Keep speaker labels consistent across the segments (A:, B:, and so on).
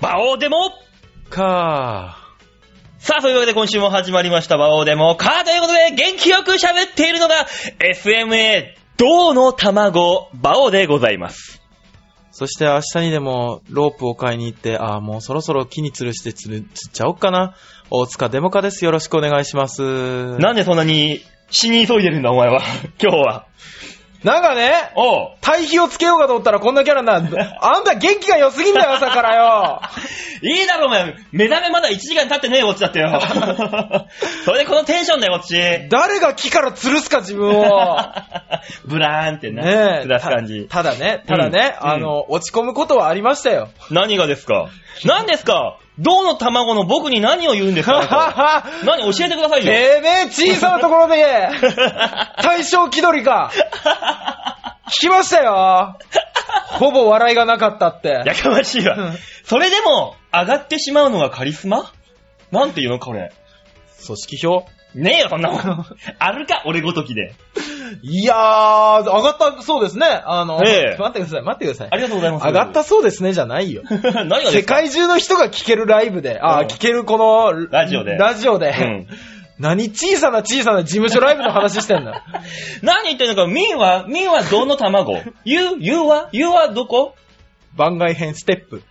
A: バオデモ
B: か
A: さあ、そういうわけで今週も始まりました、バオデモカーということで、元気よく喋っているのが、SMA、銅の卵、バオでございます。
B: そして明日にでもロープを買いに行って、ああ、もうそろそろ木に吊るして吊る、吊っちゃおっかな。大塚デモカです。よろしくお願いします。な、
A: なんでそんなに死に急いでるんだ、お前は。 今日は。
B: なんかね、
A: おう。
B: 対比をつけようかと思ったらこんなキャラになる。あんた元気が良すぎん だよ、朝からよ。
A: いいだろ、お前。目覚めまだ1時間経ってねえよ、こっちだって よ。それでこのテンションだよ、こっち。
B: 誰が木から吊るすか、自分 を。
A: ブラーンって
B: ね
A: な、
B: え。
A: 下す感じ。
B: たただね、ただね、
A: うん
B: あの、落ち込むことはありました よ。
A: 何がですか何ですか銅の卵の僕に何を言うんですかあなた は何教えてください
B: てめ
A: よ。
B: え、小さなと ころで言え大正気取りか。聞きましたよ。ほぼ笑いがなかったって。
A: やかましいわ
B: うん。
A: それでも、上がってしまうのがカリスマなんていうのこれ。
B: 組織票
A: ねえよ、そんなもん。あるか、俺ごときで。
B: いやー、上がったそうですね。あの、
A: ええ
B: 待ってください、待ってください
A: あ。りがとうございます。
B: 上がったそうですね、じゃないよ。
A: 何がで
B: 世
A: すか
B: 界中の人が聞けるライブで、あ
A: うん
B: ー、聞けるこの、
A: ラジオで
B: ラジオで。
A: うん
B: 何小さな小さな事務所ライブの話してんだ。
A: 何言ってんのか、ミンは、ミンはどの卵 ?You、You は ?You はどこ
B: 番外編ステップ。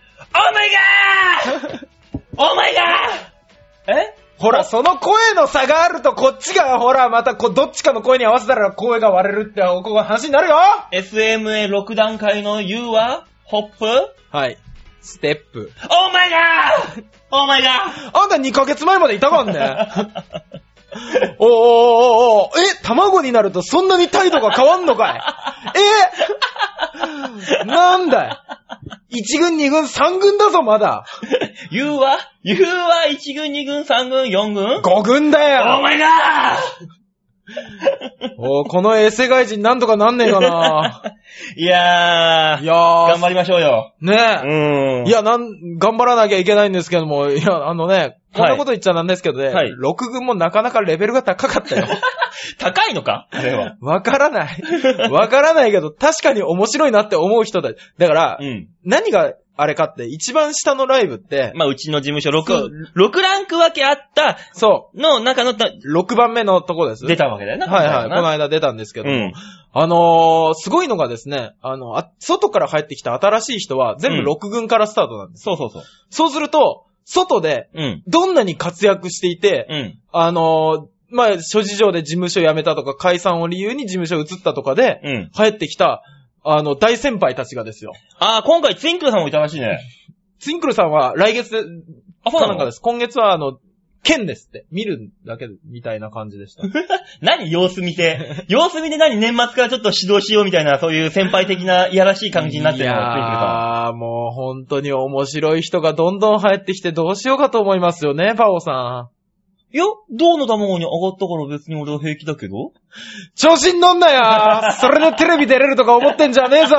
A: ?Oh my god! Oh my god! え
B: ほら、その声の差があると、こっちが、ほら、またこ、どっちかの声に合わせたら声が割れるって、ここが話になるよ
A: SMA6 段階の U はホップ
B: はい。ステップ。
A: オーマイガーオーマイガ
B: あんた2ヶ月前までいたかん ね。
A: ー
B: おーおーおーおーえ、卵になるとそんなに態度が変わんのか いえなんだい ?1 軍、2軍、3軍だぞ、まだ。
A: !U は ?U は1軍、2軍、3軍、4軍オー
B: 5軍だよ。
A: マイガ
B: おーこのエセ外人なんとかなんねえかな。
A: ーいや
B: い
A: ー、
B: や
A: 頑
B: ー、
A: 張りましょうよ。
B: ねえ。
A: うん。
B: い、や、なん、頑張らなきゃいけないんですけども、いや、あのね、こんなこと言っちゃなんですけどね、
A: はいはい
B: 6軍もなかなかレベルが高かったよ。
A: 高いのか あれは。
B: わからない。わからないけど、確かに面白いなって思う人だ。だから、
A: うん。
B: 何があれかって、一番下のライブって、
A: まあ、うちの事務所
B: そう
A: 6、6ランク分けあった
B: そ
A: の中の、た
B: う、6番目のとこです。
A: 出たわけだよな。
B: はいはい、この
A: い。
B: 間出たんですけど、
A: うん。
B: あのー、すごいのがですね、あの、あ外から入ってきた新しい人は、全部6軍からスタートなんです。
A: そうそうそう。
B: そうすると、外で、
A: うん。
B: どんなに活躍していて、
A: うん。
B: あのーまあ、諸事情で事務所辞めたとか、解散を理由に事務所移ったとかで、
A: うん。
B: 入ってきた、あの、大先輩たちがですよ。
A: あー、今回ツインクルさんもいたらしい ね。
B: ツインクルさんは来月で
A: あ、そう
B: か
A: な
B: なんか
A: の
B: です。今月は、あの、剣ですって。見るだけで、みたいな感じで した。
A: 何様子見て。様子見て何年末からちょっと指導しようみたいな、そういう先輩的ないやらしい感じになってるの
B: い
A: がついてるか
B: やー、もう本当に面白い人がどんどん入ってきてどうしようかと思いますよね、パオさん。
A: いや、銅の卵に上がったから別に俺は平気だけど。
B: 調子に乗んなよそれでテレビ出れるとか思ってんじゃねえぞ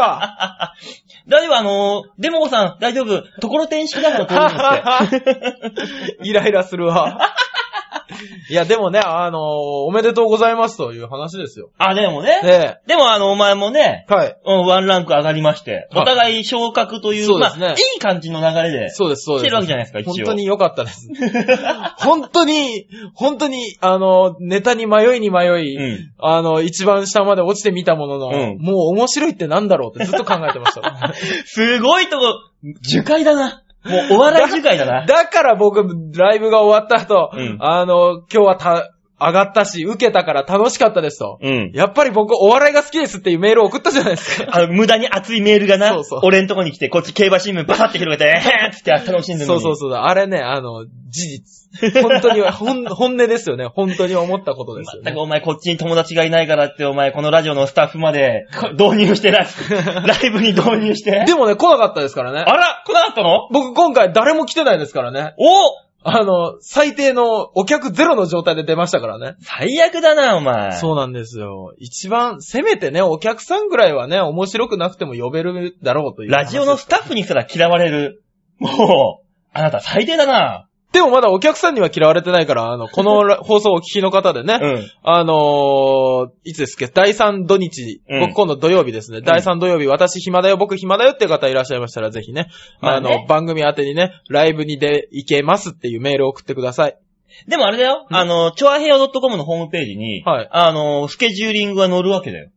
A: 大丈夫、あのー、デモさん、大丈夫。ところ転式だからこう いうのって。
B: イライラするわ。いや、でもね、あのーおめでとうございますという話ですよ。
A: あ、でもね。
B: ね
A: でもあの、お前もね、
B: え。はい。
A: うん、ワンランク上がりまして、
B: はい
A: お互い昇格という、
B: そう
A: ま
B: ですね
A: あ、いい感じの流れで。
B: そうです、そう
A: 来
B: です。
A: てるわけじゃないですか一応
B: 本当に良かったです。本当に、本当に、あの、ネタに迷いに迷い、
A: うん。
B: あの、一番下まで落ちてみたものの、
A: うん
B: もう面白いってなんだろうってずっと考えてま した。
A: すごいとこ、樹海だな。もう、お笑い樹海だな。
B: だから僕、ライブが終わった後、
A: うん
B: あの、今日はた、上がったし、受けたから楽しかったですと。
A: うん。
B: やっぱり僕、お笑いが好きですっていうメールを送ったじゃないです か。
A: あの、無駄に熱いメールがな、
B: そうそう
A: 俺んとこに来て、こっち競馬新聞バサって広 げて、えーっつって楽しんでるの
B: そう
A: に。
B: そう
A: そ
B: そう。あれね、あの、事実。本当に、ほん本音ですよね。本当に思ったことですよね
A: 全く。お前こっちに友達がいないからって、お前このラジオのスタッフまでこ導入してライ ブ、ライブに導入して。
B: でもね、来なかったですからね。
A: あら来なかったの
B: 僕今回誰も来てないですからね。
A: お
B: あの、最低のお客ゼロの状態で出ましたからね。
A: 最悪だな、お前。
B: そうなんですよ。一番、せめてね、お客さんぐらいはね、面白くなくても呼べるだろうという。
A: ラジオのスタッフにすら嫌われる。もう、あなた最低だな。
B: でもまだお客さんには嫌われてないから、あの、この放送をお聞きの 方でね、
A: うん。
B: あのー、いつですっけ、第3土日、
A: うん
B: 僕今度土曜日ですね、第3土曜日、私暇だよ、僕暇だよっていう方いらっしゃいましたら、ぜひね、
A: まあ
B: あ
A: ね
B: の、番組宛てにね、ライブに出いけますっていうメールを送ってください。
A: でもあれだよ、
B: うん
A: あの、チョアヘヨ .com のホームページに、
B: はい
A: あの、スケジューリングが載るわけだよ。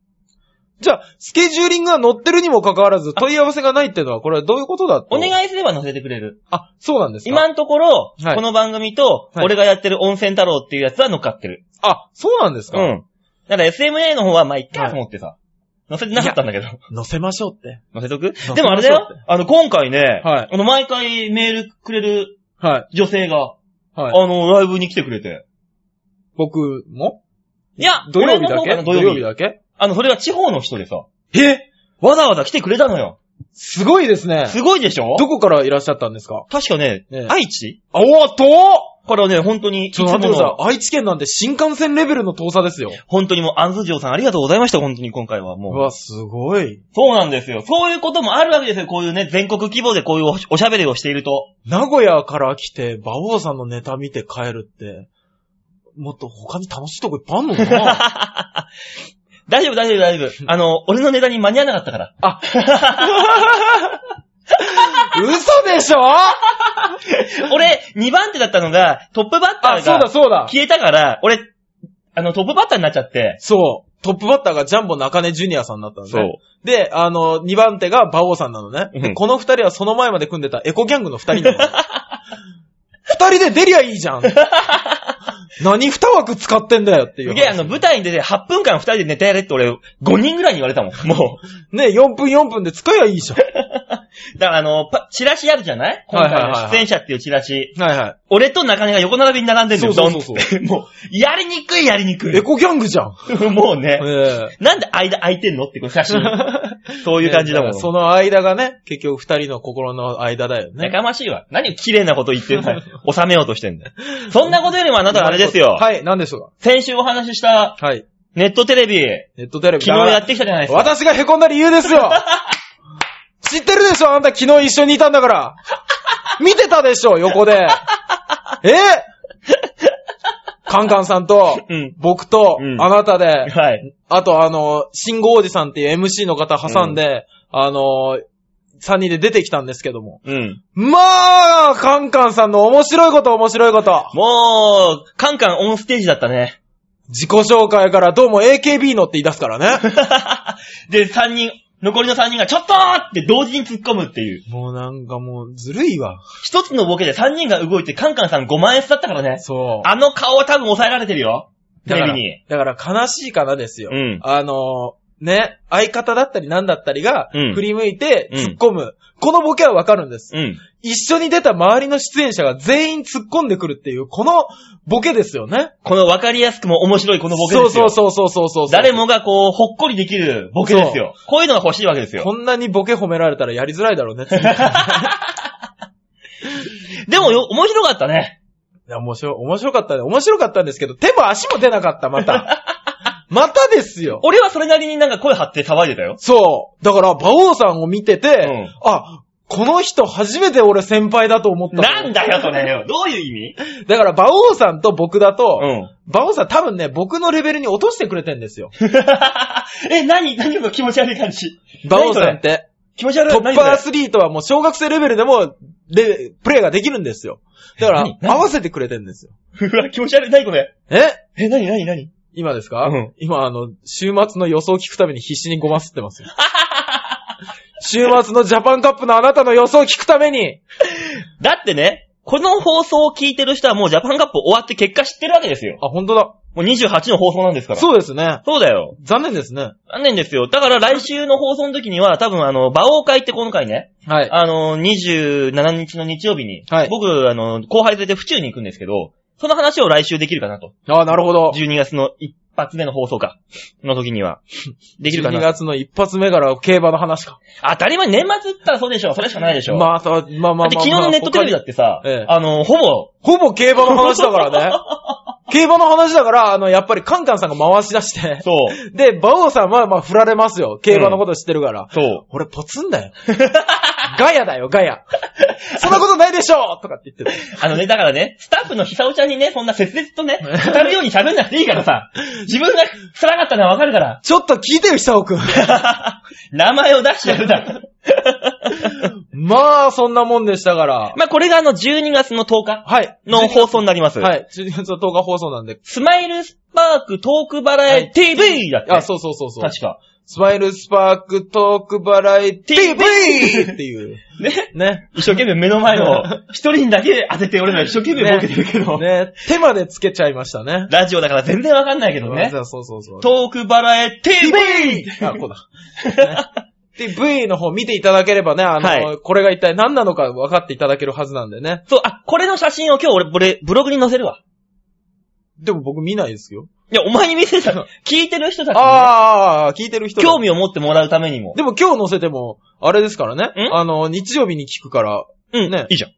B: じゃあ、スケジューリングが載ってるにもかかわらず、問い合わせがないっていうのは、これはどういうことだと
A: お願いすれば載せてくれる。
B: あ、そうなんですか
A: 今のところ、
B: はい
A: この番組と、
B: はい
A: 俺がやってる温泉太郎っていうやつは乗っかってる。
B: あ、そうなんですか、
A: うん。だから SMA の方は、まあ、いっか
B: はい
A: と思ってさ、載せてなかったんだけど。
B: 載せましょうって。
A: 載せとく
B: せましょう
A: でもあれだよ、あの、今回ね、
B: はい
A: あの、毎回メールくれる
B: はい。
A: 女性が、
B: はい。
A: あの、ライブに来てくれて。
B: 僕も
A: いや、
B: 土曜日
A: 俺
B: だけ
A: の方かな土曜日。
B: だけ
A: あの、それは地方の人でさ、
B: え
A: わざわざ来てくれたのよ。
B: すごいですね。
A: すごいでしょ
B: どこからいらっしゃったんですか
A: 確かね、
B: ええ
A: 愛知
B: あおっと
A: からね、本当に、いつ
B: ちょっ
A: も
B: と待ってくだ
A: の、
B: さい。愛知県なんて新幹線レベルの遠さですよ。
A: 本当にもう、アンズジョーさんありがとうございました、本当に今回は
B: う
A: もう。
B: わ、すごい。
A: そうなんですよ。そういうこともあるわけですよ。こういうね、全国規模でこういうおおしゃべりをしていると。
B: 名古屋から来て、馬王さんのネタ見て帰るって、もっと他に楽しいとこいっぱいあんのかな
A: 大丈夫、大丈夫、大丈夫。あの、俺のネタに間に合わなかったから。
B: 嘘でしょ
A: 俺、2番手だったのが、トップバッタ
B: あ、
A: ー
B: そうだ
A: が
B: そうだ。
A: 消えたから、俺、あの、トップバッターになっちゃって。
B: そう。トップバッターがジャンボ中根ジュニアさんだったのね。。で、あの、2番手が馬王さんなのね。
A: うん
B: でこの2人はその前まで組んでたエコギャングの2人なの。2人で出りゃいい じゃん。何2枠使ってんだよってい
A: す
B: う話。
A: げえ、あの、舞台に出て8分間2人でネタやれって俺、5人ぐらいに言われたも ん。も
B: ね、4分4分で使えばいいじゃん。
A: う。だからあの、パチラシあるじゃない今
B: はいはい
A: 回
B: はいはい
A: の出演者っていうチラシ。
B: はいは
A: 俺と中根が横並びに並んでんのよ、
B: そうそうそう
A: ドンって もう、やりにくい、やりにく
B: い。エ
A: い。
B: コギャングじゃん。
A: もうね。
B: ええ
A: なんで間空いてんのってこう写 真。そういう感じだもん。
B: ねその間がね、結局2人の心の間だよ
A: や
B: ね。
A: かましいわ。何を綺麗なこと言ってん だよ。収めようとしてんだよ。そんなことよりもあなたはあれですよ。
B: はい、何でしょ
A: 先週お話しした
B: うか。はい。
A: ネットテレビ、
B: ネットテレビ。
A: 昨日やってきたじゃないですか。
B: 私が凹んだ理由で すよ知ってるでしょあんた昨日一緒にいたんだから見てたでしょ横 でえカンカンさんと、
A: うん
B: 僕と、
A: うん
B: あなたで、
A: はい。
B: あとあの、シンゴおじさんっていう MC の方挟んで、あの、3人で出てきたんですけども。
A: うん。
B: まあ、カンカンさんの面白いこと面白いこと。
A: もう、カンカンオンステージだったね。
B: 自己紹介からどうも AKB のって言い出すからね。
A: で、3人、残りの3人がちょっとーって同時に突っ込むっていう。
B: もうなんかもうずるいわ。
A: 一つのボケで3人が動いてカンカンさん5万円だったからね。
B: そう。
A: あの顔は多分抑えられてるよ。テ
B: だか
A: レビ
B: ら
A: に。、
B: だから悲しいかなですよ。
A: うん
B: あのーね、相方だったり何だったりが
A: うん、
B: 振り向いて
A: うん
B: 突っ込む。このボケはわかるんです、
A: うん。
B: 一緒に出た周りの出演者が全員突っ込んでくるっていう、このボケですよね。
A: この分かりやすくも面白いこのボケですよ。
B: そうそうそうそうそうそう。
A: 誰もがこう、ほっこりできるボケですよ。こういうのが欲しいわけですよ。
B: こんなにボケ褒められたらやりづらいだろう ね。次い
A: でもよ、面白かったね。
B: や、面白い、面白かったね。面白かったんですけど、手も足も出なかった、また。またですよ。
A: 俺はそれなりになんか声張って騒いでたよ。
B: そう。だから、馬王さんを見てて、
A: うん
B: あ、この人初めて俺先輩だと思ったの。
A: なんだよ、それよ。どういう意味
B: だから、馬王さんと僕だと、
A: うん。
B: 馬王さん多分ね、僕のレベルに落としてくれてんですよ。
A: え、何何この気持ち悪い感じ。
B: 馬王さんって。
A: 気持ち悪い。
B: トップア
A: 何そ
B: スリートはもう小学生レベルでも、で、プレイができるんですよ。だから
A: 何、何
B: 合わせてくれてんですよ。
A: れ うわ、気持ち悪い。何これ。
B: え
A: え、何何何
B: 今ですか、
A: うん
B: 今、あの、週末の予想を聞くために必死にごますってま すよ。週末のジャパンカップのあなたの予想を聞くために、
A: だってね、この放送を聞いてる人はもうジャパンカップ終わって結果知ってるわけですよ。
B: あ、本当だ。
A: もう28の放送なんですから。う。
B: そうですね。
A: そうだよ。
B: 残念ですね。
A: 残念ですよ。だから来週の放送の時には、多分あの、馬王会ってこの回ね、
B: はい。
A: あの、27日の日曜日に、
B: はい
A: 僕、あの、後輩連れて府中に行くんですけど、その話を来週できるかなと。
B: あなるほど。
A: 12月の一発目の放送か。の時に は。できるか
B: 12
A: な。
B: 月の一発目から競馬の話か。
A: 当たり前、年末って言ったらそうでしょ。それしかないでしょ。
B: まあ、そうまあまあまあま
A: だ
B: あ。
A: って昨日のネットテレビだってさ、
B: ええ
A: あの、ほぼ、
B: ほぼ競馬の話だ からね。競馬の話だから、あの、やっぱりカンカンさんが回し出 して。
A: そう、
B: で、馬王さんは、まあ、振られますよ。競馬のこと知ってるから。
A: そう。
B: 俺、ポツンだよ。ガヤだよ、ガヤ。 そんなことないでしょとかって言ってた。
A: あのね、だからね、スタッフのひさおちゃんにね、そんな切々とね、語るように喋んなくていいからさ、自分が辛かったのはわかるから。
B: ちょっと聞いてよ、久尾くん。
A: 名前を出してやるだ。
B: まあ、そんなもんでしたから。
A: まあ、これがあの、12月の10日
B: はい。
A: の放送になります。
B: はい。12月の10日放送なんで。
A: スマイルスパークトークバラエティ TV だって。
B: あ、そうそうそうそう。
A: 確か。
B: スマイルスパークトークバラエテ
A: TV
B: ィ TV! っていう。
A: ね。
B: ね。
A: 一生懸命目の前 の、一人にだけ当てて俺ら一生懸命ボケてるけど、
B: ね。手までつけちゃいましたね。
A: ラジオだから全然わかんないけどね。
B: そうそうそう。
A: トークバラエティ TV!
B: あ、こうだ。ね、TV の方見ていただければね、あの、
A: はい
B: これが一体何なのか分かっていただけるはずなんでね。
A: そう、あ、これの写真を今日俺、俺、ブログに載せるわ。
B: でも僕見ないですよ。
A: いや、お前に見せたの。聞いてる人たちにね、
B: ああ、聞いてる人だ
A: 興味を持ってもらうためにも。
B: でも今日載せても、あれですからね。
A: ん
B: あの、日曜日に聞くから、
A: うん、
B: ね
A: いいじゃ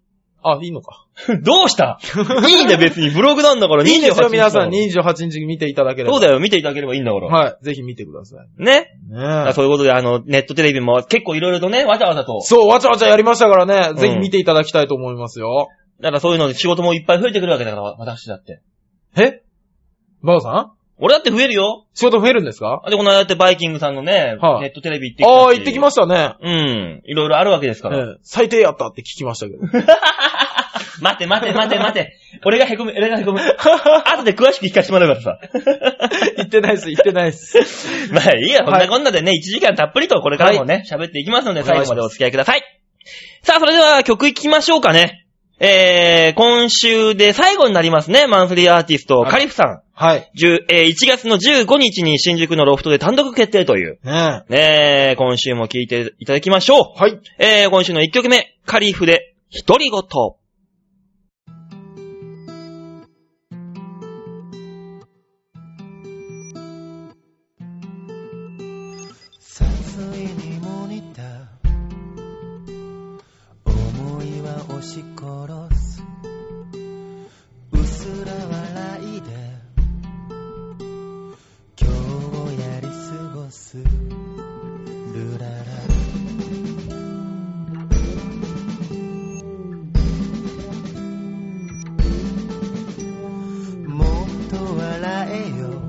B: あ、いいのか。
A: ん。 どうした いいんだよ別に。ブログなんだから28
B: いいんですよ、
A: 日だ
B: 皆
A: か
B: さ
A: ら
B: ん。28日に見ていただければ。
A: そうだよ、見ていただければいいんだから。
B: はい。ぜひ見てください。
A: ね。
B: ね
A: そういうことで、あの、ネットテレビも結構いろいろとね、わざわざと。
B: そう、わちゃわちゃやりましたから
A: ん
B: ね。ぜひ見ていただきたいと思いますよ。
A: だからそういうので仕事もいっぱい増えてくるわけだから、私だって。
B: えバオさん
A: 俺だって増えるよ。
B: 仕事増えるんですか
A: で、この間だってバイキングさんのね、
B: はい
A: ネットテレビ行ってきたし
B: ああー、行ってきましたね。
A: うん。いろいろあるわけですから。
B: ええ最低やったって聞きましたけど。
A: 待て待て待て待て。俺がへこむ、俺がへ こむ。後で詳しく聞かせてもらえばさ。
B: 言ってないです、言ってないです。
A: まあいいや、こん
B: は
A: ないこんなでね、1時間たっぷりとこれからもね、喋、っていきますので、最後までお付き合いください。さあ、それでは曲いきましょうかね。えー、今週で最後になりますね、マンスリーアーティスト、
B: はい
A: カリフさん。
B: はい。
A: 10えー1月の15日に新宿のロフトで単独決定という。
B: ねえ。
A: ねえ、今週も聴いていただきましょう。
B: はい。
A: えー、今週の1曲目、カリフで、独り言。
C: さすいにも似た思いは押し殺すうすら笑いで今日をやり過ごすルララもっと笑えよ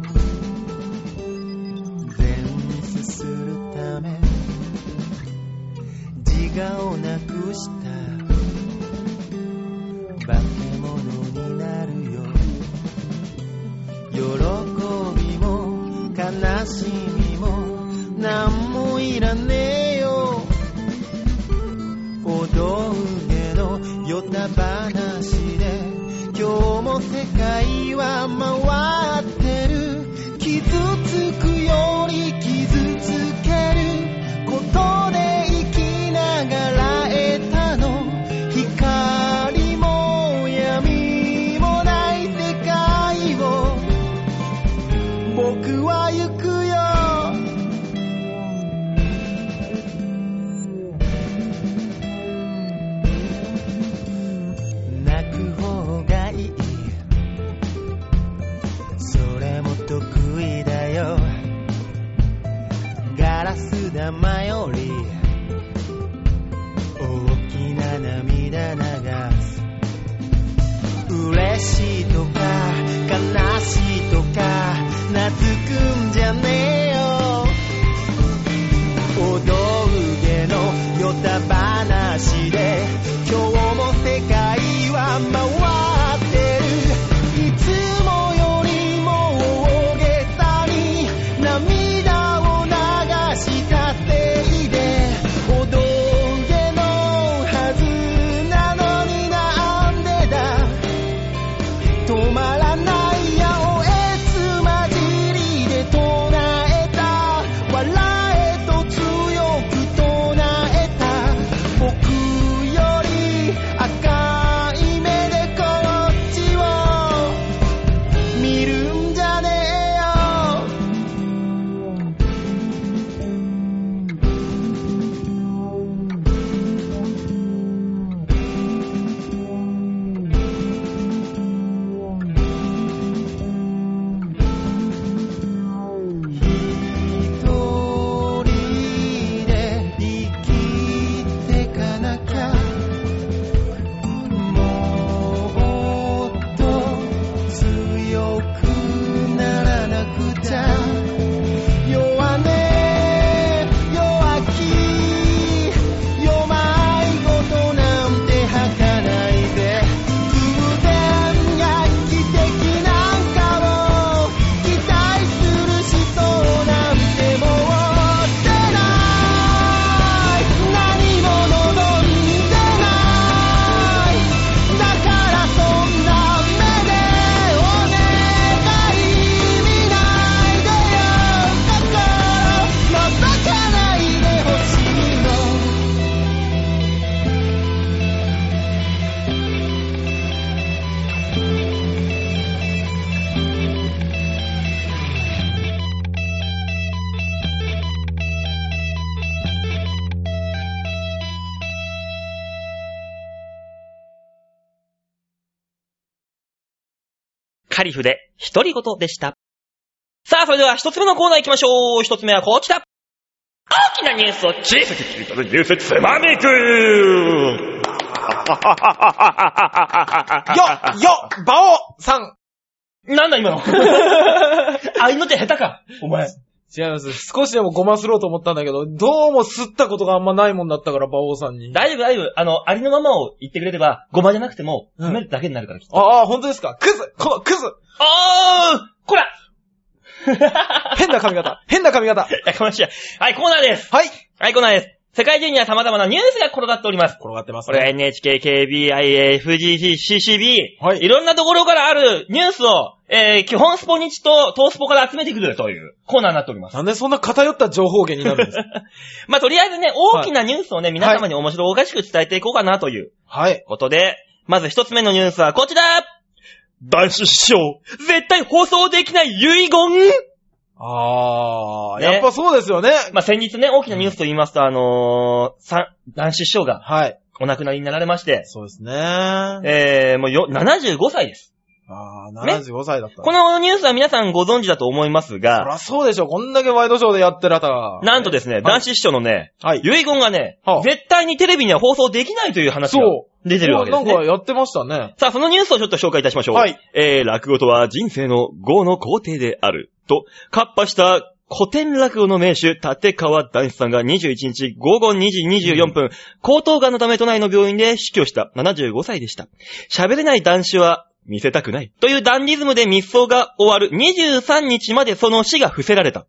C: 全ミスするため自我をなくした化け物になるよ喜びも悲しみも何もいらねえよ小道具のよた話で今日も世界は回ってる傷つくより傷つけることで生きながら得たの光も闇もない世界を僕は行くよ泣く方がいいそれも得意だよガラス玉より大きな涙流す嬉しいとか悲しいとか懐くんじゃねえよ小道具のよた話で今日も世界は回ってるいつもよりも大げさに涙を流したせいで小道具のはずなのになんでだ止まらない青えつまじりで唱えた笑えと強く唱えた僕より赤い目でこっちを見るんじゃねえよ
A: カリフで、一人言でした。さあ、それでは一つ目のコーナー行きましょう。一つ目はこちら。大きなニュースを小さく切り取るニュースつまみ食い
B: よ、よ、バオさん
A: なんだ今の。あいの手下手か。お前。
B: 違います。少しでもごますろうと思ったんだけど、どうも吸ったことがあんまないもんだったから、馬王さんに。
A: 大丈夫大丈夫。あの、ありのままを言ってくれれば、ごまじゃなくても、
B: うん
A: 詰めるだけになるからきっと。
B: ああ、本当ですかクズこのクズ
A: おーこら
B: 変な髪型変な髪型
A: やかましい。はい、コーナーです。
B: はい
A: はい、コーナーです。世界中には様々なニュースが転がっております。
B: 転がってます
A: これは NHK、KBI、FGC、CCB、
B: はい
A: いろんなところからあるニュースを、えー、基本スポニチとトースポから集めてくるというコーナーになっております。
B: なんでそんな偏った情報源になるんですか
A: まあ、とりあえずね、大きなニュースをね、皆様に面白おかしく伝えていこうかなという
B: はい。
A: ことで、まず一つ目のニュースはこちら男子師匠絶対放送できない遺言
B: ああ、
A: ね
B: やっぱそうですよね。
A: まあ、先日ね、大きなニュースと言いますと、あのー、さん男子師匠が
B: はい。
A: お亡くなりになられまして、
B: そうですね。あ
A: えー、もうよ、75歳です。
B: あ、75歳だった。
A: このニュースは皆さんご存知だと思います
B: そ
A: が、
B: らそうでしょ。こんだけワイドショーでやってるあたら。
A: なんとですね、男子師匠のね、
B: はい。
A: 遺言がね
B: はあ、
A: 絶対にテレビには放送できないという話が
B: そ
A: 出てるわけです
B: なんか
A: ね。
B: やってましたね。
A: さあ、そのニュースをちょっと紹介いたしましょう。
B: はい
A: えー、落語とは人生の業の工程である。と、カッパした古典落語の名手、立川談志さんが21日午後2時24分、高頭がんのため都内の病院で死去した75歳でした。喋れない男子は見せたくない。というダンディズムで密葬が終わる23日までその死が伏せられた。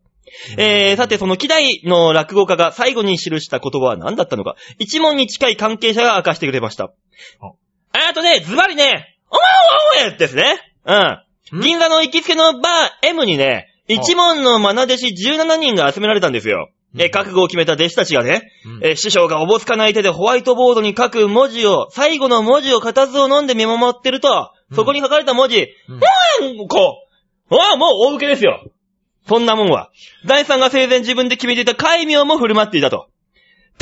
A: えー、さてその希代の落語家が最後に記した言葉は何だったのか、一問に近い関係者が明かしてくれました。あとね、ズバリね、おまおまおまですね。うんん。銀座の行きつけのバー M にね、一門のマナ弟子17人が集められたんですよ。
B: う
A: え
B: ん
A: ー、覚悟を決めた弟子たちがね、
B: うん
A: えー、師匠がおぼつかない手でホワイトボードに書く文字を、最後の文字を固唾を飲んで見守ってると、そこに書かれた文字、
B: うん
A: うん、こう。ああ、もう大受けですよ。そんなもんは。財産が生前自分で決めていた戒名も振る舞っていたと。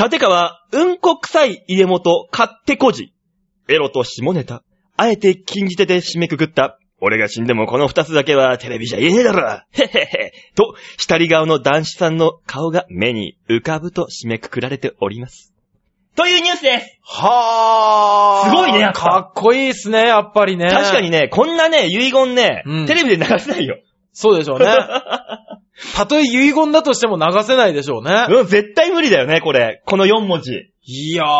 A: 立川、うんこ臭い家元、勝手こじ。エロと下ネタ。あえて禁じ手で締めくくった。俺が死んでもこの二つだけはテレビじゃ言えねえだろ。へへへ。と、下り顔の男子さんの顔が目に浮かぶと締めくくられております。というニュースです。
B: はあ。
A: すごいねやっぱ
B: かっこいいっすね、やっぱりね。
A: 確かに。ね、こんなね、遺言ね、
B: うん
A: テレビで流せないよ。
B: そうでしょうね。たとえ遺言だとしても流せないでしょうね。
A: うん、絶対無理だよね、これ。この4文字。
B: いや
A: う
B: ー。
A: ん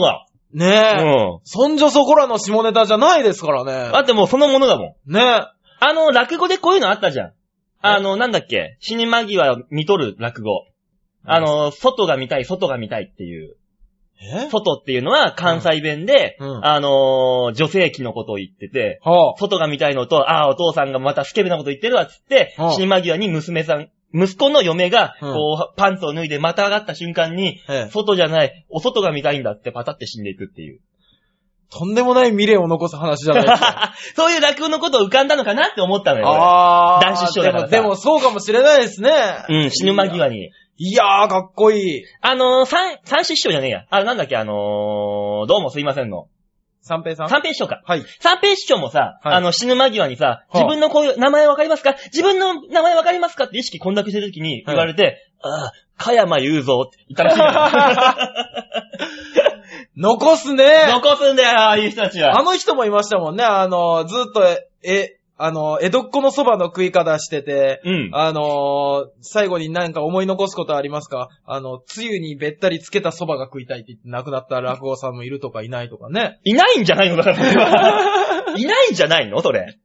A: わ。う
B: ねえ。
A: ん。
B: そんじょそこらの下ネタじゃないですから
A: だ
B: ね。
A: ってもうそのものだもん。
B: ねえ。
A: あの、落語でこういうのあったじゃん。あの、なんだっけ死に間際見とる落語。あの、外が見たい、外が見たいっていう。
B: え
A: 外っていうのは関西弁で、
B: うんうん
A: あのー女性器のことを言ってて、
B: は
A: 外が見たいのと、ああ、お父さんがまたスケベなこと言ってるわっつって
B: うん、
A: 死に間際に娘さん、息子の嫁が、
B: うん
A: こう、パンツを脱いでまた上がった瞬間に、
B: あ。ええ。
A: 外じゃない、お外が見たいんだってパタって死んでいくっていう。
B: とんでもない未練を残す話じゃないですか。
A: そういう落語のことを浮かんだのかなって思ったのよ。俺
B: あー。
A: 男子師匠だからさ
B: でも、でもそうかもしれないですね。
A: うん、死ぬ間際に。
B: いやー、かっこいい。
A: あのー、三、三師匠じゃねえや。あ、なんだっけ、あのー、どうもすいませんの。
B: 三平さん
A: 三平師匠か。
B: はい。
A: 三平師匠もさ、
B: はい
A: あの、死ぬ間際にさ、
B: あ
A: 自分のこういう、名前わかりますか自分の名前わかりますかって意識混濁してる時に言われて、ああ、かやまゆうぞって言ったらしいんだ
B: 残すね
A: よ残すんだよ、ああいう人た ち
B: あ
A: は。
B: の人もいましたもんね。あの、ずっと、え、あの、江戸っ子のそばの食い方してて、
A: うん。
B: あの最後になんか思い残すことありますかあの、つゆにべったりつけたそばが食いたいって言って亡くなった落語さんもいるとかいないとかね。
A: いないんじゃないのだからそれ は、いないんじゃないのそれ。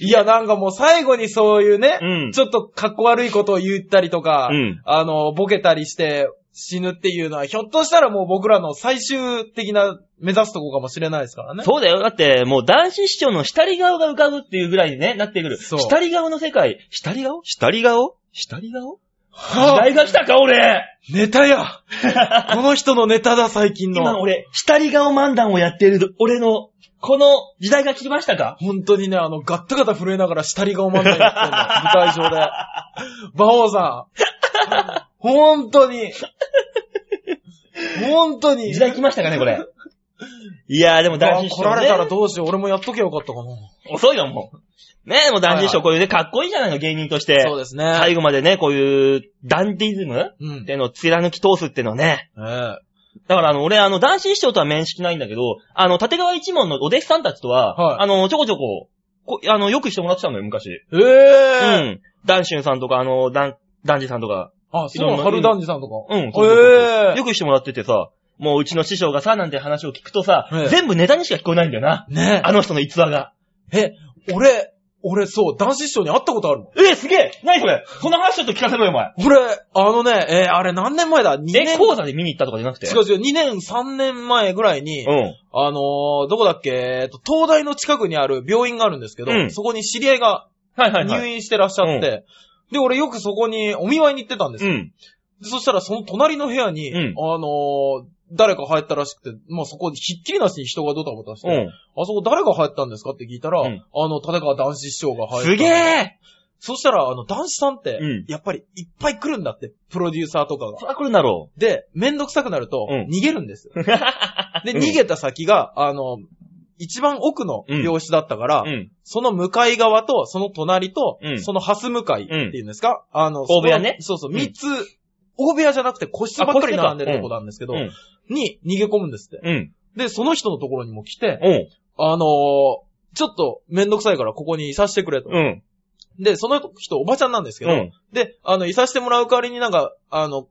B: いや、なんかもう最後にそういうね、
A: うん
B: ちょっとかっこ悪いことを言ったりとか、
A: うん
B: あの、ボケたりして死ぬっていうのは、ひょっとしたらもう僕らの最終的な目指すとこかもしれないですからね。
A: そうだよ。だって、もう男子師匠の下り顔が浮かぶっていうぐらいにね、なってくる。
B: そう
A: 下り顔の世界。下り顔下り顔下り顔時
B: はあ
A: 代が来たか、俺
B: ネ タやこの人のネタだ、最近の。
A: 今の俺、下り顔漫談をやっている、俺の、この時代が来ましたか
B: 本当にね、あの、ガッタガタ震えながら下り顔漫才やってんの、舞台上で。馬王さん。本当に。本当に
A: 時。代来ましたかね、これ。 いやー、でも男子師
B: 来ら
A: 匠、
B: れたら
A: ね。
B: どうしよう。俺もやっとけばよかったかな。
A: 遅いよ、もう。ねえ、もう男子師匠、こういうね、かっこいいじゃないの、芸人として。
B: そうですね。
A: 最後までね、こういう、ダンディズム
B: うん。
A: っ
B: ね
A: てのを貫き通すってのはね。
B: えは
A: だから、あの、俺、あの、男子師匠とは面識ないんだけど、あの、立川一門のお弟子さんたちとは、
B: はい
A: あの、ちょこちょこ、こあの、よくしてもらってたのよ、昔。
B: え
A: う
B: え
A: ん。男子さんとか、あの、男、男児さんとか、
B: あ、そうなの春男児さんとか。
A: うん、そうそうそう
B: ええ
A: よくしてもらっててさ、もううちの師匠がさ、なんて話を聞くとさ、
B: ええ
A: 全部ネタにしか聞こえないんだよな。
B: ね
A: あの人の逸話が。
B: え。え、俺、俺そう、男子師匠に会ったことあるもん。
A: え、すげえ何それその話ちょっと聞かせろよ、お前。
B: 俺、あのね、えーあれ何年前だ ?2
A: え、
B: 年。
A: 講座で見に行ったとかじゃなくて
B: 違う違う、2年、3年前ぐらいに、
A: うん。
B: あのー、どこだっけ、えーと東大の近くにある病院があるんですけど、
A: うん
B: そこに知り合いが
A: はいはいは
B: 入
A: い。
B: 院してらっしゃって、
A: うん
B: で、俺よくそこにお見舞いに行ってたんです
A: う
B: よ。
A: ん。
B: でそしたらその隣の部屋に、
A: うん
B: あのー、誰か入ったらしくて、まあ、そこひっきりなしに人がドタバタして、
A: うん。
B: あそこ誰が入ったんですかって聞いたら、
A: うん
B: あの、立川男子師匠が入った。
A: すげえ
B: そしたら、あの、男子さんって、
A: うん
B: やっぱりいっぱい来るんだって、プロデューサーとかが。
A: そら来るんだろ
B: で、めんどくさくなると、
A: うん
B: 逃げる んですよ。
A: う。
B: で、
A: うん
B: 逃げた先が、あの、一番奥の病室だったから、
A: うん。
B: その向かい側と、その隣と、
A: うん
B: そのハス向かいっていうんですか、あの、
A: 大部屋ね
B: そこそう
A: う
B: そう、
A: ん
B: 三つ、大部屋じゃなくて個室ばっかり並んでるとこなんですけど、
A: うん。
B: に逃げ込むんですって。
A: うん。
B: で、その人のところにも来て、
A: うん。
B: あのーちょっとめんどくさいからここにいさせてくれと。
A: うん。
B: で、その人おばちゃんなんですけ
A: う
B: ど、
A: ん。
B: で、あの、いさせてもらう代わりになんか、あの、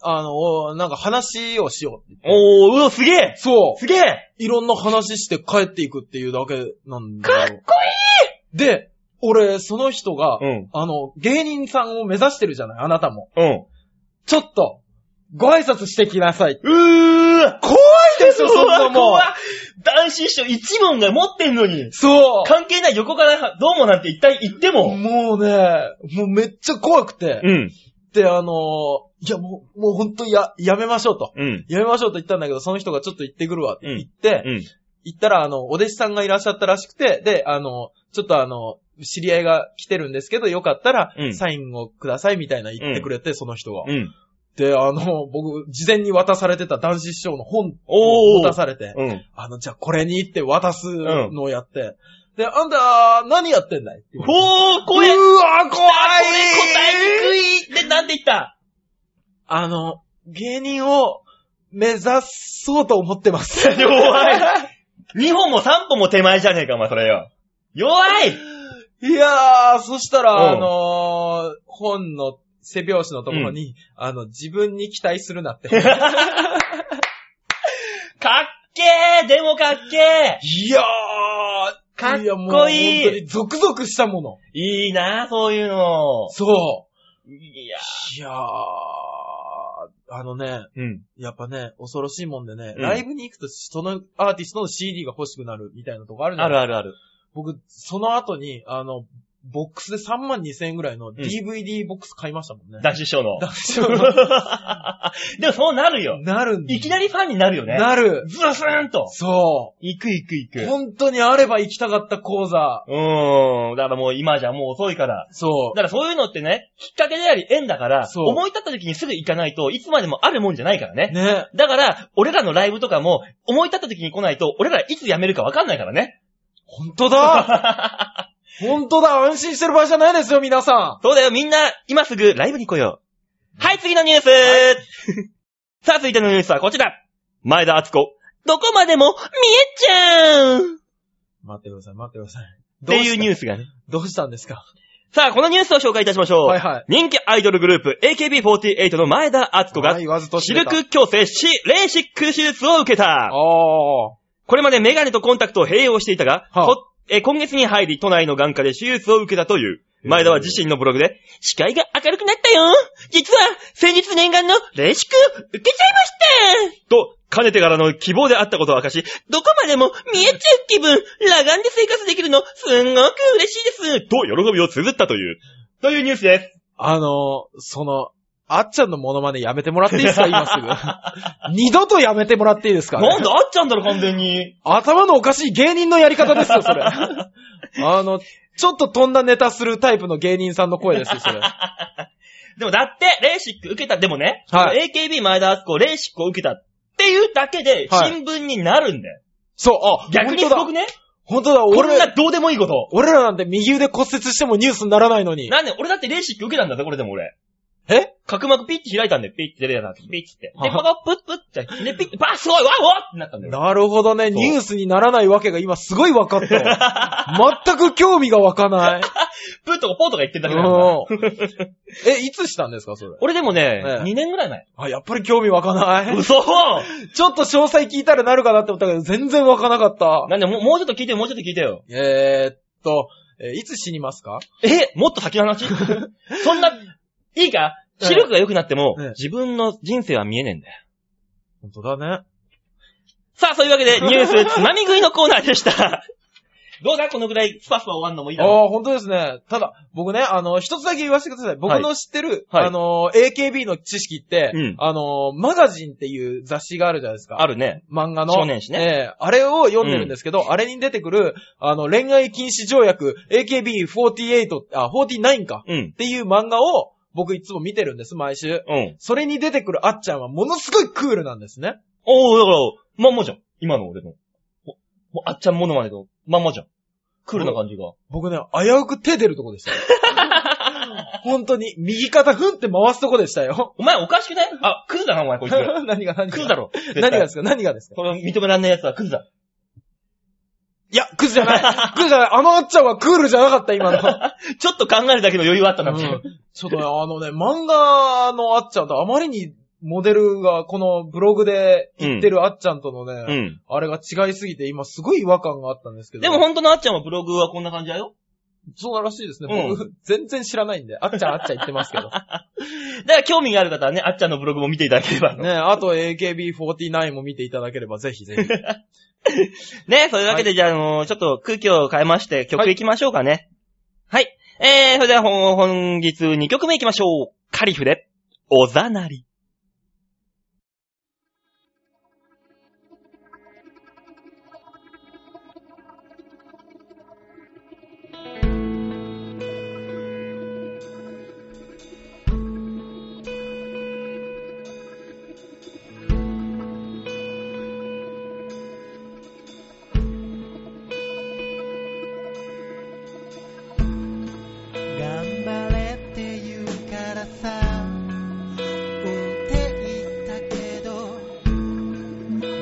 B: あの、おなんか話をしようって言って。
A: おー、うわ、すげえ
B: そう
A: すげえ
B: いろんな話して帰っていくっていうだけなんだかっこいいで、俺、その人が、
A: うん。
B: あの、芸人さんを目指してるじゃないあなたも。
A: うん。
B: ちょっと、ご挨拶してきなさい。
A: うー
B: 怖いですよ、そんな
A: う
B: もん
A: わ。男子師匠一問が持ってんのに、
B: そう。
A: 関係ない横からどうもなんて一体言っても。
B: もうね、もうめっちゃ怖くて。
A: うん。
B: で、あのーいや、もう、もう本当や、やめましょうと。
A: うん。
B: やめましょうと言ったんだけど、その人がちょっと行ってくるわって言って、
A: うん。
B: 行ったら、あの、お弟子さんがいらっしゃったらしくて、で、あの、ちょっとあの、知り合いが来てるんですけど、よかったら
A: う、ん
B: サインをくださいみたいな言ってくれて、その人が。
A: うん。
B: で、あの、僕、事前に渡されてた男子師匠の本
A: お
B: を
A: ー
B: 渡されて、
A: うん。
B: あの、じゃあこれにって渡すのをやって、で、あんた、何やってんだいって言われて
A: ほー、怖え
B: うわ、怖い
A: あ、これ答えにくいで、なんで言った
B: あの、芸人を目指そうと思ってます。
A: 弱い2本も3本も手前じゃねえか、お前、それよ。弱い
B: いやー、そしたら、あ
A: うん
B: のー、本の背表紙のところに、あの、自分に期待するな って。
A: かっけーでもかっけ
B: いやー、
A: かっこいい
B: やもう本当にゾクゾクしたもの。
A: ーいいなぁ、そういうの。
B: そ
A: いや
B: う。いやー、あのね、
A: うん。
B: やっぱね、恐ろしいもんでね、
A: うん
B: ライブに行くと、そのアーティストの CD が欲しくなるみたいなとこあるじゃ
A: あ
B: な
A: るあ
B: い
A: るある。
B: 僕、その後に、あの、ボックスで3万2千円ぐらいの DVD ボックス買いましたもんね。
A: 男子師匠 の。
B: だそう
A: でもそうなるよ。
B: なるんだ。
A: いきなりファンになるよね。
B: なる。
A: ズスーンと。
B: そ
A: 行く行く行
B: う。
A: く。
B: 本当にあれば行きたかった講座。
A: うーん。だからもう今じゃもう遅いから。
B: そ
A: だからそういうのってね、きっかけであり縁だから、
B: そう
A: 思い立った時にすぐ行かないといつまでもあるもんじゃないから
B: う。
A: ね。
B: ね。
A: だから、俺らのライブとかも、思い立った時に来ないと、俺らいつ辞めるかわかんないからね。
B: 本当だ本当だ安心してる場合じゃないですよ、皆さ
A: そうだよ、みんな、今すぐライブに来よう。はい、次のニュース、さあ、続いてのニュースはこちら。前田敦子。どこまでも見えちゃうっ
B: ん待ってください、待ってください。
A: ていうニュ
B: ー
A: ースがね。
B: ス。どうしたんですか
A: さあ、このニュースを紹介いたしましょう。
B: はいはい。
A: 人気アイドルグループ AKB48 の前田敦子が
B: はい、言わずと知
A: シ
B: れ
A: ル
B: た
A: ク矯正し、レーシック手術を受けた。
B: あ
A: これまでメガネとコンタクトを併用していたが、
B: はあ
A: こえ今月に入り都内の眼科で手術を受けたという。前田は自身のブログで、視界が明るくなったよ実は、先日念願のレーシック受けちゃいましたと、かねてからの希望であったことを明かし、どこまでも見えちゃう気分裸眼で生活できるの、すんごく嬉しいですと、喜びを綴ったという。というニュースです。
B: あ。あの、その、あっちゃんのモノマネやめてもらっていい ですか今すぐ。二度とやめてもらっていいですか、ね、
A: なんであっちゃんだろ、完全に。
B: 頭のおかしい芸人のやり方です よ、それ。あの、ちょっと飛んだネタするタイプの芸人さんの声です よ、それ。
A: でもだって、レーシック受けた、でもね、
B: は
A: AKB 前田敦子、レーシックを受けたっていうだけで、
B: はい
A: 新聞になるんだよ。
B: そう、あ、
A: 逆にすごく
B: ね。
A: ね
B: 本当だ、
A: こんな
B: 俺、
A: どうでもいいこと。
B: 俺らなんて右腕骨折してもニュースにならないのに。
A: なんで、俺だってレーシック受けたんだぜ、これでも俺。
B: え
A: 角膜ピッて開いたんだよ。ピッて出れたんだよ。ピッてって。
B: は
A: で、パカプップッて。で、ピッて、ばあ、すごいわおってなったんだよ。
B: なるほどね、
A: う
B: ニュースにならないわけが今すごい分かった わ。全く興味が湧かない。
A: プッとかポーとか言ってんだけど。
B: うんえ、いつしたんですか、それ。
A: 俺でもね、
B: ええ
A: 2年ぐらい前。
B: あ、やっぱり興味湧かない。
A: 嘘
B: ちょっと詳細聞いたらなるかなって思ったけど、全然湧かなかった。
A: なんで、もうもうちょっと聞いてよ、もうちょっと聞いてよ。
B: えーっと、えいつ死にますか
A: えもっと先の 話そんな、いいか視力が良くなっても
B: ええ、
A: 自分の人生は見えねえんだよ。
B: 本当だね。
A: さあ、そういうわけで、ニュースつまみ食いのコーナーでした。 どうだこのぐらいスパスパ終わんのもいいだろ
B: ああ、本当ですね。ただ、僕ね、あの、一つだけ言わせてください。僕の知ってる、
A: はい
B: あの、AKB の知識って、
A: うん
B: あの、マガジンっていう雑誌があるじゃないですか。
A: あるね。
B: 漫画の。
A: 少年誌ね
B: ええあれを読んでるんですけど、あれに出てくる、あの、恋愛禁止条約、AKB48、あ、49か。
A: うん
B: っ。ていう漫画を、僕いつも見てるんです、毎週。
A: うん。
B: それに出てくるあっちゃんはものすごいクールなんですね。
A: おー、だから、まんまじゃん。今の俺の。おもうあっちゃんものまねと、まんまじゃん。クールな感じが。
B: 僕ね、危うく手出ると こでしたよ。本当に、右肩ふんって回すとこでしたよ。
A: お前おかしくないあ、クズだな、お前こいつ。
B: 何が何が
A: クズだろ。 絶対
B: 何がですか何がですか
A: これ認めらんない奴はクズだ。
B: いや、クズじゃない。クズじゃない。あのあっちゃんはクールじゃなかった、今 の。
A: ちょっと考えるだけの余裕はあったなっていう。
B: うんちょっとね、あのね、漫画のあっちゃんとあまりにモデルがこのブログで言ってるあっちゃんとのね、
A: うん。
B: あれが違いすぎて今すごい違和感があったんですけど。
A: でも本当のあっちゃんはブログはこんな感じだよ。
B: そうらしいですね。
A: うん
B: 僕、全然知らないんで。あっち ゃんあっちゃん言ってますけ
A: だ
B: ど。
A: から興味がある方はね、あっちゃんのブログも見ていただければ。
B: ね
A: ね
B: あと AKB49 も見ていただければぜひぜひ。
A: そういうわけで、じゃあ、あのーちょっと空気を変えまして、曲いきましょうかね。はい。えー、それでは本本日2曲目いきましょう。カリフで、おざなり。
C: 頑張れって言うからさって言ったけど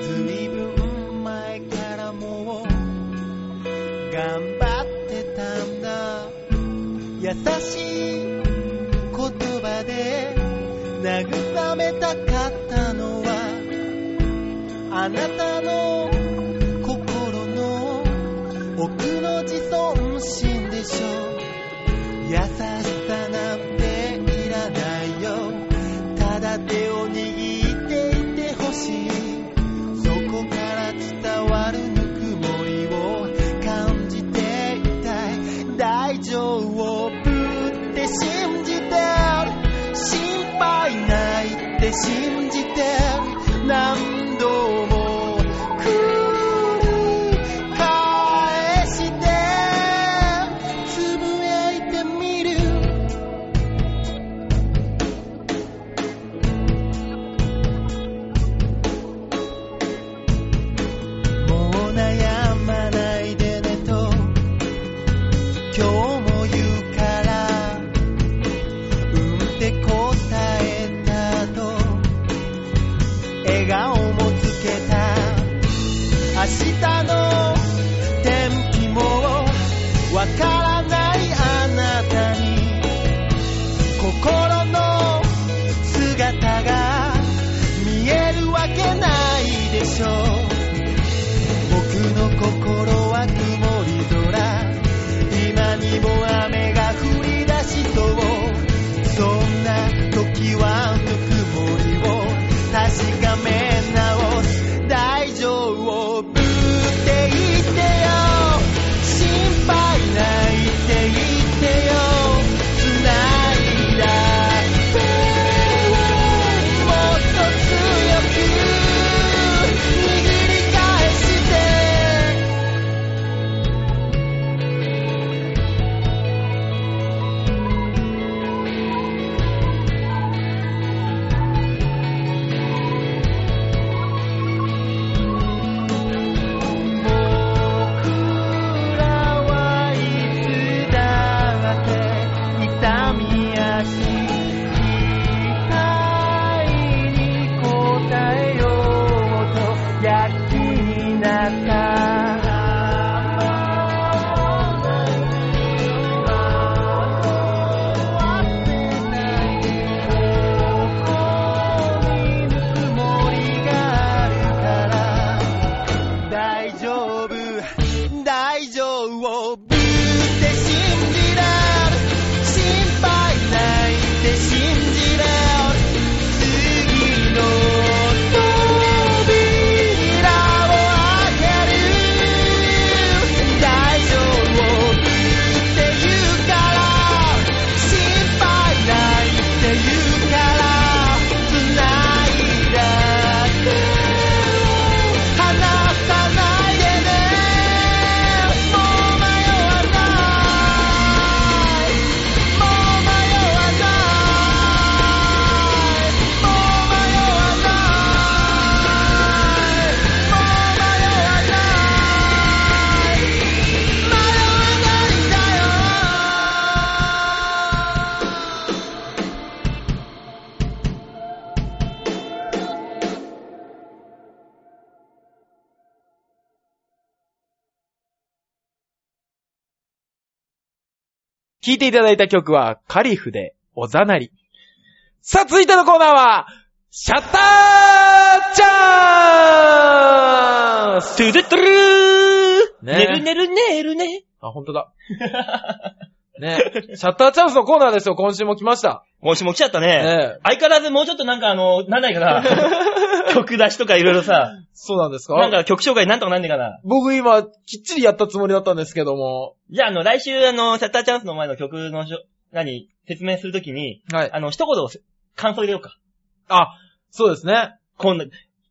C: ずいぶん前からもう頑張ってたんだ優しい言葉で慰めたかったのはあなたの心の奥の自尊心でしょう優しさなんていらないよただ手を握っていてほしいそこから伝わるぬくもりを感じていたい大丈夫って信じてる心配ないって信じてる何度も繰り返してつぶやいてみるもう悩まないでねと今日も言うからうんって答えたと笑顔もつけた明日の天気もわからないあなたに心の姿が見えるわけないでしょう僕の心は曇り空今にも雨が降り出しそうそんな時はぬくもりを確かめ直す大丈夫って言ってよ心配ないって言ってよ繋いだ手を握って
B: 聴いていただいた曲は、カリフで、おざなり。さあ、続いてのコーナーは、シャッターチャンス
A: トゥドゥトゥルー
B: ね
A: ねるねるねるね。
B: あ、ほんとだ。 ねシャッターチャンスのコーナーですよ、今週も来ました。
A: もしも来ちゃったね。
B: ね
A: 相変わらずもうちょっとなんかあの、なんないか な。曲出しとかいろいろさ、
B: そうなんですか
A: なんか曲紹介なんとかなんねえかな。
B: 僕今、きっちりやったつもりだったんですけども。
A: じゃああの、来週あの、シャッターチャンスの前の曲のしょ、何、説明するときに、
B: はい。
A: あの、一言をせ感想入れようか。
B: あ、そうですね。
A: こんな、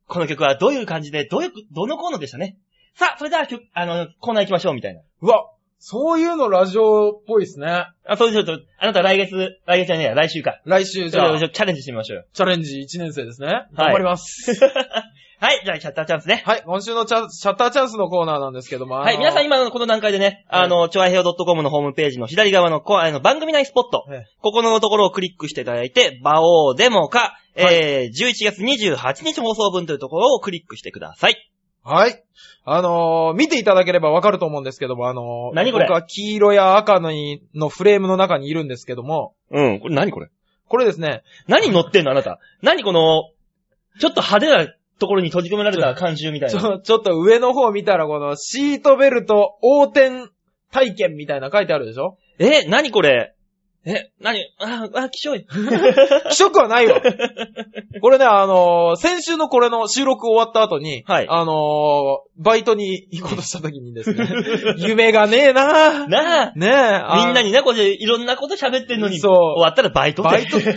A: この曲はどういう感じで、どういう、どのコーナーでしたね。さあ、それでは曲、あの、コーナー行きましょう、みたいな。
B: うわ、そういうのラジオっぽいですね。
A: あ、そうでちょっと、あなた来月、来月じゃねえや、来週か。
B: 来週、
A: じ
B: じゃ
A: ゃ
B: あ
A: あ、、チャレンジしてみましょうよ。
B: チャレンジ1年生ですね。頑張ります。
A: はい、じゃあ、シャッターチャンスね。
B: はい、今週のチャシャッターチャンスのコーナーなんですけども。あの
A: はい、皆さん今のこの段階でね、
B: はい
A: あの、ちょあへよ .com のホームページの左側のコあの番組内スポット、
B: はい
A: ここのところをクリックしていただいて、馬王デモか、えー、11月28日放送分というところをクリックしてください。
B: はい。あのー、見ていただければわかると思うんですけども、あのー、
A: 何これ
B: 僕は黄色や赤のいのフレームの中にいるんですけども、
A: うん、これ何これ
B: これですね、
A: 何乗ってんのあなた。何この、ちょっと派手なところに閉じ込められた監修みたい
B: ち
A: な。
B: ょ、ちょっと上の方見たらこのシートベルト横転体験みたいな書いてあるでし ょ
A: え、何これえ、何あ、あ、気 象い。
B: 気色はないわ。これね、あのー先週のこれの収録終わった後に、
A: はい
B: あのーバイトに行こうとした時にです ね、夢がねえなぁ。
A: なあ、
B: ねえ、あの
A: みんなにね、これいろんなこと喋ってんのに、
B: そう
A: 終わったらバイトって。
B: バイトって。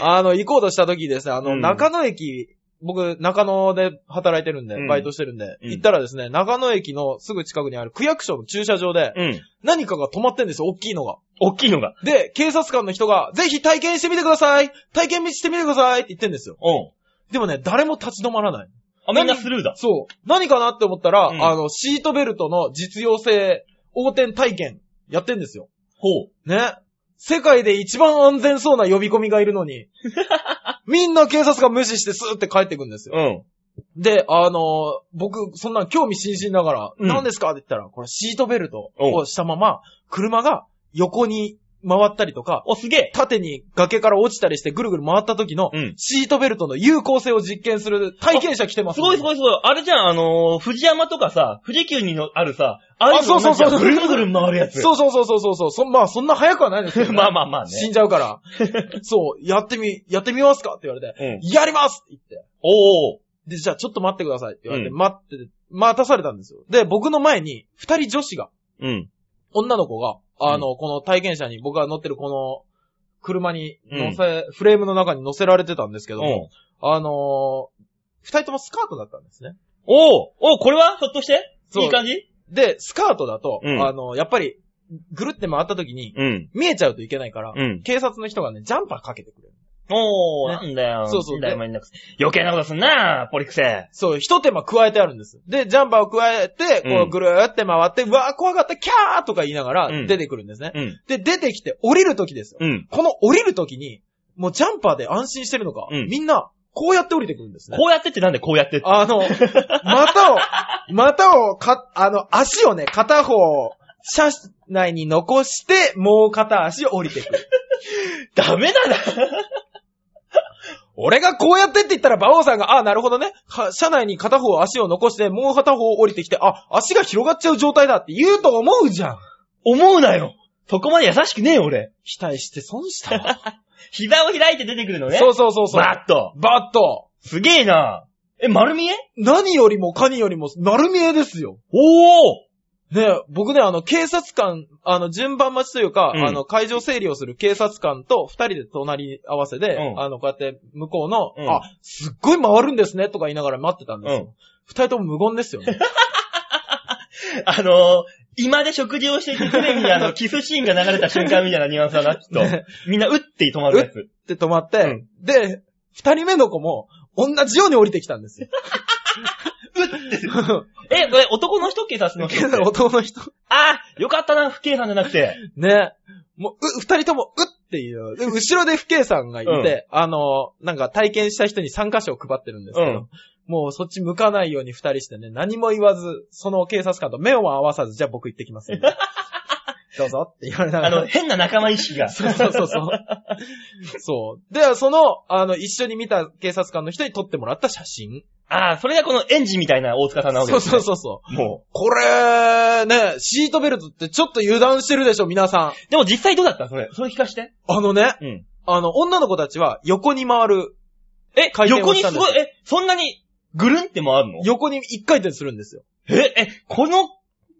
B: あの、行こうとした時にですね、あの、
A: うん
B: 中野駅、僕、中野で働いてるんで
A: うん、
B: バイトしてるんで、
A: うん
B: 行ったらですね、中野駅のすぐ近くにある区役所の駐車場で、
A: うん。
B: 何かが止まってんですよ、大きいのが。
A: 大きいのが。
B: で、警察官の人が、ぜひ体験してみてください体験してみてくださいって言ってんですよ。
A: うん。
B: でもね、誰も立ち止まらない。
A: あ、みんなスルーだ。
B: そう。何かなって思ったら、
A: うん
B: あの、シートベルトの実用性、横転体験、やってんですよ。
A: ほう。
B: ね。世界で一番安全そうな呼び込みがいるの に、みんな警察が無視してスーって帰ってくんですよ。
A: うん。
B: で、あのー僕、そんなん興味津々ながら、
A: うん
B: 何ですかって言ったら、これシートベルトをしたまま、車が横に回ったりとか、
A: お、すげえ。
B: 縦に崖から落ちたりしてぐるぐる回った時の
A: うん、
B: シートベルトの有効性を実験する体験者来てますす、
A: ごいすご
B: い。
A: いすごい。あれじゃん、あのー、富士山とかさ、富士急にのあるさ、ああいうの
B: あそうそうそう
A: 同じじゃんぐるぐる回るやつ。
B: そうそうそうそうそうそうそん。まあ、そんな早くはないですけど、ね。
A: まあまあまあ
B: 死ん
A: ね。
B: じゃうから。そう、やってみ、やってみますかって言われて、
A: うん。
B: やりますって言って。
A: おー。
B: で、じゃあちょっと待ってくださいって言われて、
A: うん
B: 待って、待たされたんですよ。で、僕の前に、二人女子が、
A: うん。
B: 女の子が、あの、この体験者に、僕が乗ってるこの、車に乗せ、フレームの中に乗せられてたんですけども、
A: お
B: あのー二人ともスカートだったんですね。
A: おーおーこれはひょっとして
B: そう
A: いい感じ
B: で、スカートだと、
A: うん
B: あの、やっぱり、ぐるって回った時に、
A: うん。
B: 見えちゃうといけないから、
A: うん。
B: 警察の人がね、ジャンパーかけてくれる。
A: おー、
B: ね
A: なんだよ。
B: そうそう
A: だいぶなくせ余計なことすんなポリクセ。
B: そう、一手間加えてあるんです。で、ジャンパーを加えて、こ
A: うん
B: うぐるーって回って、うわー怖かった、キャーとか言いなが
A: うん
B: ら出てくるんですね。
A: うん。
B: で、出てきて降りるときですよ。
A: うん。
B: この降りるときに、もうジャンパーで安心してるのか、
A: うん
B: みんな、こうやって降りてくるんですね。
A: こうやってってなんでこうやってって。
B: あの、股 を、股をか、あの、足をね、片方、車内に残して、もう片足降りてくる。
A: ダメだな。
B: 俺がこうやってって言ったら、馬王さんが、ああ、なるほどね。は車内に片方足を残して、もう片方降りてきて、あ、足が広がっちゃう状態だって言うと思うじゃん。
A: 思うなよ。そこまで優しくねえよ、俺。
B: 期待して損したわ。
A: 膝を開いて出てくるのね。
B: そううそうそうそう。
A: バッと。
B: バッと。
A: すげえな。え、丸見え
B: 何よりも何よりも、丸見えですよ。
A: おー
B: ねえ僕ね、あの、警察官、あの、順番待ちというか、
A: うん
B: あの、会場整理をする警察官と二人で隣合わせで、
A: うん
B: あの、こうやって向こうの、
A: うん
B: あ、すっごい回るんですね、とか言いながら待ってたんです
A: う
B: よ。
A: ん
B: 二人とも無言です よね。
A: あのー、今で食事をしていて、常 にあの、キスシーンが流れた瞬間みたいなニュアンスだな、きっと。
B: ね
A: みんな、うって止まるやつ。
B: って止まって、
A: うん
B: で、二人目の子も、同じように降りてきたんです よ。
A: え、これ男の人警察の人って。
B: 男の人。
A: あーよかったな、不警さんじゃなくて。
B: ね。もう、う、二人とも、うっていう。で、後ろで父兄さんがいて、
A: うん
B: あの、なんか体験した人に参加賞を配ってるんですけど、
A: うん
B: もうそっち向かないよう に二人してね、何も言わず、その警察官と目を合わさず、じゃあ僕行ってきますんで。どうぞって言われなが
A: あ
B: ら
A: の、。変な仲間意識が。
B: そうそうそうそう。そう。で、その、あの、一緒に見た警察官の人に撮ってもらった写真。
A: ああ、それがこのエンジンみたいな大塚さんなわけ
B: そ
A: で
B: う
A: す、ね。
B: そうそうそう。
A: う。も
B: これ、ね、シートベルトってちょっと油断してるでしょ、皆さん。
A: う。でも実際どうだったそれ。それ聞かして。
B: あのね、
A: うん
B: あの、女の子たちは横に回る。
A: え、
B: 回転
A: 横
B: を
A: に
B: し
A: す
B: たんです
A: ごい、え、そんなにぐるんって回るの
B: 横に一回転するんですよ。
A: え、え、この、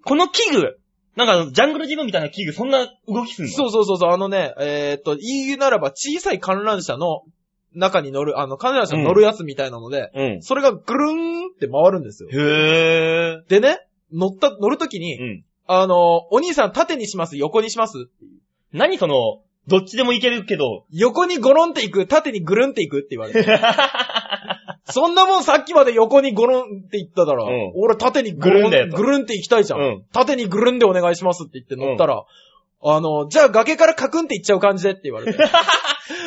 A: この器具、なんかジャングルジムみたいな器具、そんな動きすんの。
B: そううそうそうそう、あのね、えーっと、言うならば小さい観覧車の中に乗る、あの、観覧車に乗るやつみたいなので、
A: うん。
B: それがぐるーんって回るんですよ。
A: へー。
B: でね、乗った、乗るときに、
A: うん。
B: あの、お兄さん縦にします横にします
A: 何その、どっちでもいけるけど。
B: 横にゴロンっていく縦にぐるんっていくって言わ れて。そんなもんさっきまで横にゴロンって言ったから、
A: うん
B: 俺縦にゴ
A: ぐる
B: ロ
A: ん
B: ン
A: だよと
B: ぐるんって行きたいじゃん,、
A: うん
B: 縦にぐるんでお願いしますって言って乗ったら、あの、じゃあ崖からカクンって行っちゃう感じでって言われて。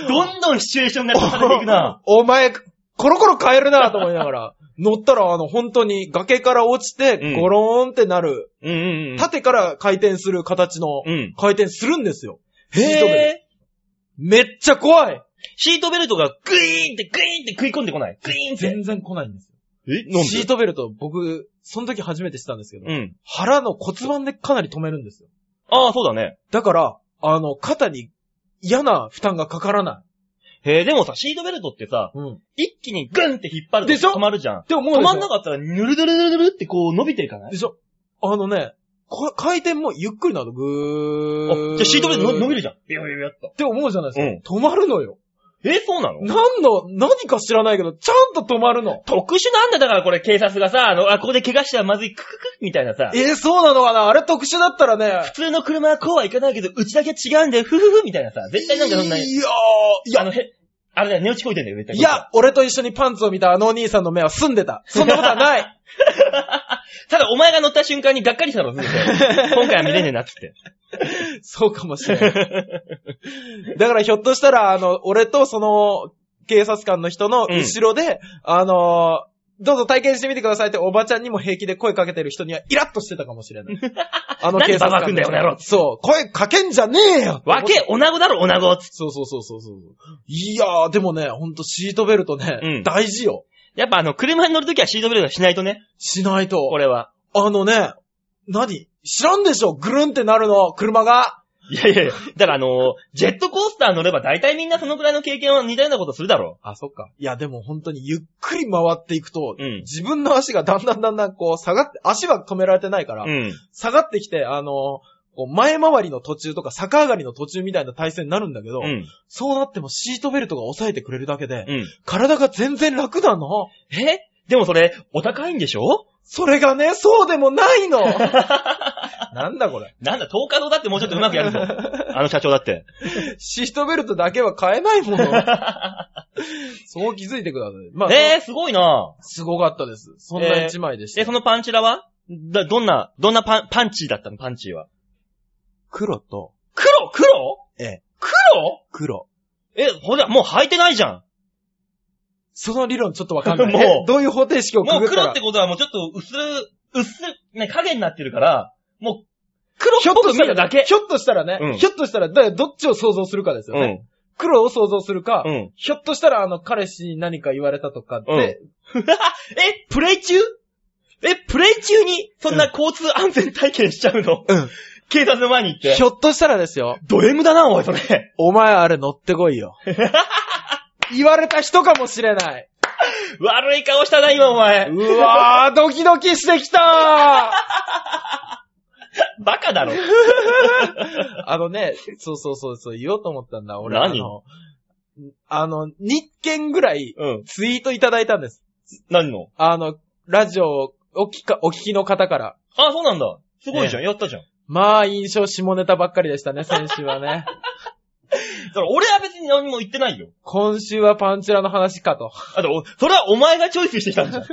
A: どんどんシチュエーションが重ねていくな。
B: お前、コロコロ変えるなと思いな がら、乗ったらあの、本当に崖から落ち
A: う
B: て
A: ん、
B: ゴローンってなる、
A: うんうんうん。
B: 縦から回転する形の、
A: うん。
B: 回転するんですよ。シートベルト
A: へー。
B: めっちゃ怖い
A: シートベルトがグイーンってグイーンって食い込んでこない。グイーンって。
B: 然来ないんですよ。
A: え、
B: シートベルト、僕、その時初めてしたんですけど、
A: うん。
B: 腹の骨盤でかなり止めるんですよ。
A: ああ、そうだね。
B: だから、あの、肩に嫌な負担がかからな
A: へー、でもさ、シートベルトってさ、
B: い。うん。
A: 一気にグンって引っ張ると
B: でしょ
A: 止まるじゃん。
B: でももう
A: 止
B: ね
A: まんなかったら、ぬるぬるぬるぬるってこう伸びていかない
B: でしょあのね、こ回転もゆっくりなの、ぐー。
A: あじゃあシートベルトの伸び
B: るっ
A: るじゃん。ビヨビヨビヨっと。
B: て思うじゃないですか。止まるのよ。
A: え、そうなの
B: なんの、何か知らないけど、ちゃんと止まるの。
A: 特殊なんだ、だからこれ警察がさ、あの、あ、ここで怪我したらまずい、クククみたいなさ。
B: えー、そうなのかなあれ特殊だったらね。
A: 普通の車はこうはいかないけど、うちだけ違うんだよ、ふふふみたいなさ。絶対なんかそんな、
B: い
A: い
B: やー、い
A: や、あ
B: や、
A: の、へ、あれだよ、寝落ちこいてんだよ、絶対。
B: いや、俺と一緒にパンツを見たあのお兄さんの目は澄んでた。そんなことはない。
A: ただお前が乗った瞬間にがっかりした の、ずっと。今回は見れねえな、つって。
B: そうかもしれない。だからひょっとしたら、あの、俺とその、警察官の人の後ろで、あのーどうぞ体験してみてくださいっておばちゃんにも平気で声かけてる人にはイラッとしてたかもしれ ない。あの
A: なんで
B: 警察
A: ババア来
B: 官
A: んだよこの野郎
B: の人そう、声かけんじゃねえよ
A: わけ、おなごだろ、おなご。つって
B: そうそうそうそうそう。いやー、でもね、ほんとシートベルトね、
A: うん
B: 大事よ。
A: やっぱあの、車に乗るときはシートベルトしないとね、
B: しないと。
A: これは。
B: あのね、何知らんでしょぐるんってなるの、車が。
A: いやいやいや、だからあのージェットコースター乗れば大体みんなそのくらいの経験は似たようなことするだろ
B: あ、そっか。いや、でも本当にゆっくり回っていくと、
A: うん
B: 自分の足がだんだんだんだんこう下がって、足は止められてないから、
A: う。うん。
B: 下がってきて、あのこう前回りの途中とか逆上がりの途中みたいな体勢になるんだけど、
A: うん。
B: そうなってもシートベルトが抑えてくれるだけで、
A: うん。
B: 体が全然楽なの。
A: えでもそれ、お高いんでしょ
B: それがね、そうでもな いのなんだこれ。
A: なんだ、東海道だってもうちょっとうまくや るぞ。あの社長だって。
B: シートベルトだけは買えないもの。そう気づいてください。まあ、
A: えー、すごいな
B: すごかったです。そんな一枚でした。
A: え、そのパンチラはだ、どんな、どんなパン、パンチーだったのパンチーは。
B: 黒と、
A: 黒黒
B: ええ、
A: 黒
B: 黒。
A: え、ほら、もう履いてないじゃん。
B: その理論ちょっとわかん ない。
A: もう
B: えどういう方程式を
A: も
B: く
A: う
B: ぐった
A: 黒
B: ら
A: ってことはもうちょっと薄、薄、ね、影になってるから、もう、黒っ
B: ひょっ
A: ぽ
B: と
A: く
B: し
A: 見
B: た
A: る
B: ら
A: だけ。
B: ひょっとしたらね、
A: うん
B: ひょっとしたら、だからどっちを想像するかですよ
A: う
B: ね。
A: ん。
B: 黒を想像するか、
A: うん。
B: ひょっとしたらあの彼氏に何か言われたとかって、
A: え、プレイ中え、プレイ中に、そんな交通安全体験しちゃうの、
B: うん
A: 警察の前に行って
B: ひ。ょっとしたらですよ、
A: ド M だな、おい、それ。
B: お前あれ乗ってこいよ。 言われた人かもしれない。
A: 悪い顔したな、今、お前。
B: うわー、 ドキドキしてきた
A: バカだろ。
B: ーあのね、そうそうそうそう、言おうと思ったんだ、俺。
A: 何
B: あの、あの、2件ぐらい
A: うん。
B: ツイートいただいたんです。
A: 何の
B: あの、ラジオを聞か、お聞きの方から。
A: あ、そうなんだ。すごいじゃん。やったじゃん。
B: まあ、印象下ネタばっかりでしたね、先週は ね。
A: だから俺は別に何も言ってないよ。
B: 今週はパンチラの話かと。
A: あと、おそれはお前がチョイスしてきた んじゃん。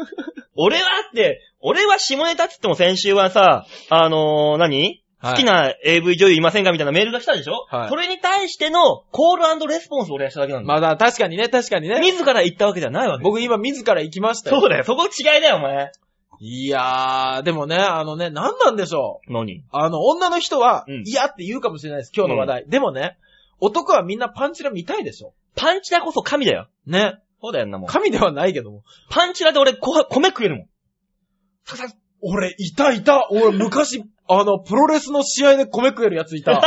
A: 俺はって、俺は下ネタって言っても先週はさ、あのー、何好きな AV 女優いませんかみたいなメールが来たでしょ
B: はい
A: それに対してのコールレスポンスを俺はしただけなんだよ。
B: まだ、確かにね、確かにね。
A: 自ら言ったわけじゃないわけ。
B: 僕今自ら行きましたよ。
A: そうだよ。そこ違いだよ、お前。
B: いいやー、でもね、あのね、何なんでしょう。
A: 何
B: あの、女の人は
A: うん、
B: 嫌って言うかもしれないです、今日の話題。でもね、男はみんなパンチラ見たいでしょ。
A: パンチラこそ神だよ。
B: ね。
A: そうだよな、もう。
B: 神ではないけども。
A: パンチラで俺、こ米食えるもん。
B: 俺、いたいた俺、昔、あの、プロレスの試合で米食えるやつ いた。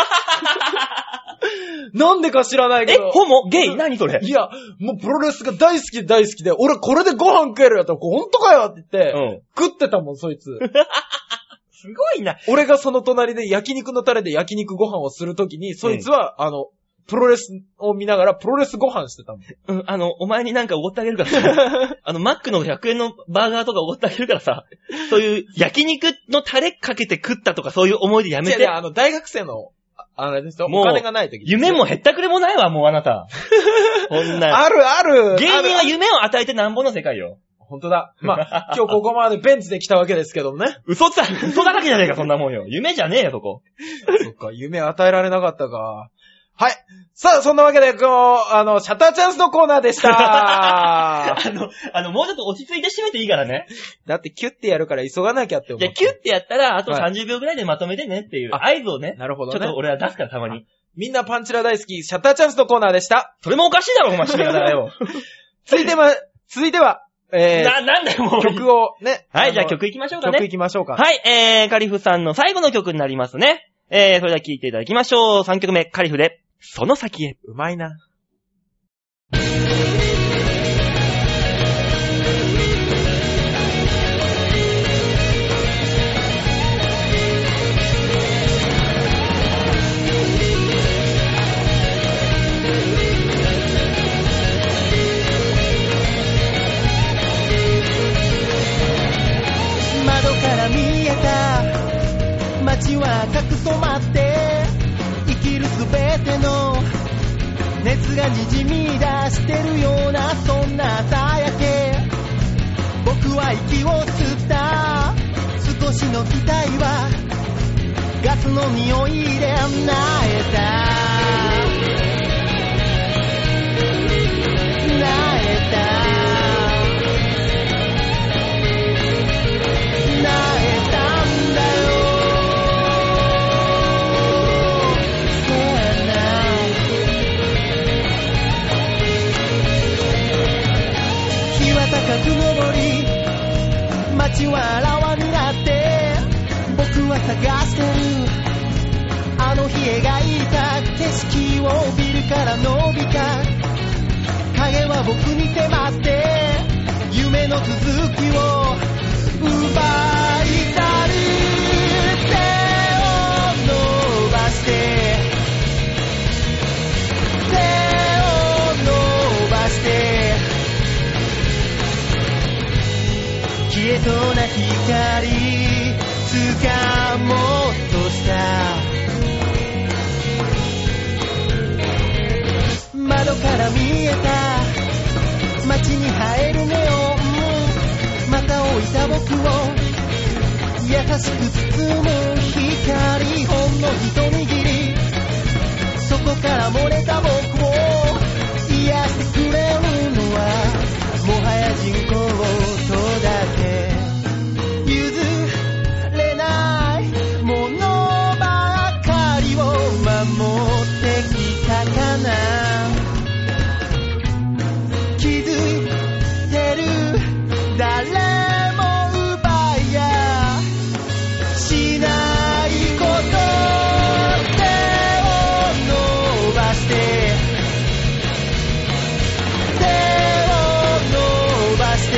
B: なんでか知らないけ
A: え
B: ど、。
A: ホモゲイ何それ
B: いや、もうプロレスが大好きで大好きで、俺これでご飯食えるやったら、ほんとかよって言って、
A: うん。
B: 食ってたもん、そ いつ。
A: すごいな。
B: 俺がその隣で焼肉のタレで焼肉ご飯をするときに、そいつは、あの、プロレスを見ながらプロレスご飯してたもん。
A: うん、あの、お前になんかおごってあげる からさ。あの、マックの100円のバーガーとかおごってあげるからさ。そういう、焼肉のタレかけて食ったとかそういう思い出やめ
B: 違う違
A: て
B: う。あの、大学生の、ああれですよ、
A: もう
B: お金がないとき。
A: 夢もへったくれもないわ、もうあな た。こんな。
B: あるある
A: 芸人
B: あ
A: は
B: る
A: 夢を与えてなんぼの世界よ。。
B: 本当だ。ま あ、今日ここまでベンチで来たわけですけどもね
A: 嘘つ、嘘だらけじゃねえか、そんなもんよ。夢じゃねえよ、そこ。
B: そっか、夢与えられなかったか。はい。さあ、そんなわけで、この、あの、シャッターチャンスのコーナーでし た。
A: あの、あの、もうちょっと落ち着いて締めていいからね。
B: だってキュッてやるから急がなきゃって思
A: いや、
B: う。
A: キュッてやったら、あと
B: は
A: 30秒ぐらいでまとめてねっていう合図をね、
B: なるほ
A: ちょ
B: ど
A: っと
B: ね。
A: 俺は出すから、たまに。
B: みんなパンチラ大好き、シャッターチャンスのコーナーでした。
A: それもおかしいだろ、お前、締め方がよ。
B: 続いて ま、続いては、 え
A: な、なんだよ、もう。
B: ー、曲をね。
A: はい、じゃあ
B: の
A: 曲いきましょうか
B: 曲
A: ね
B: い。きましょうか。
A: はい、えー、カリフさんの最後の曲になりますね。えー、それでは聴いていただきましょう。3曲目、カリフで、その先へ。
B: うまいな。
C: 窓から見えた街は赤く染まって生きるすべての熱がにじみ出してるようなそんな朝焼け僕は息を吸った少しの期待はガスの匂いで甘えたなえたなえたんだよそうやな日は高く昇り街はあらわになって僕は探してるあの日描いた景色をビルから伸びた影は僕に迫って夢の続きを奪いたり手を伸ばして手を伸ばして消えそうな光掴もうとした窓から見えた街に映えるネオンまた置いた僕を優しく包む光ほんの一握りそこから漏れた僕を癒してくれるのはもはや人工とだけ譲れないものばかりを守ってきたかな気づいてる誰も奪いやしないこと手を伸ばして手を伸ばして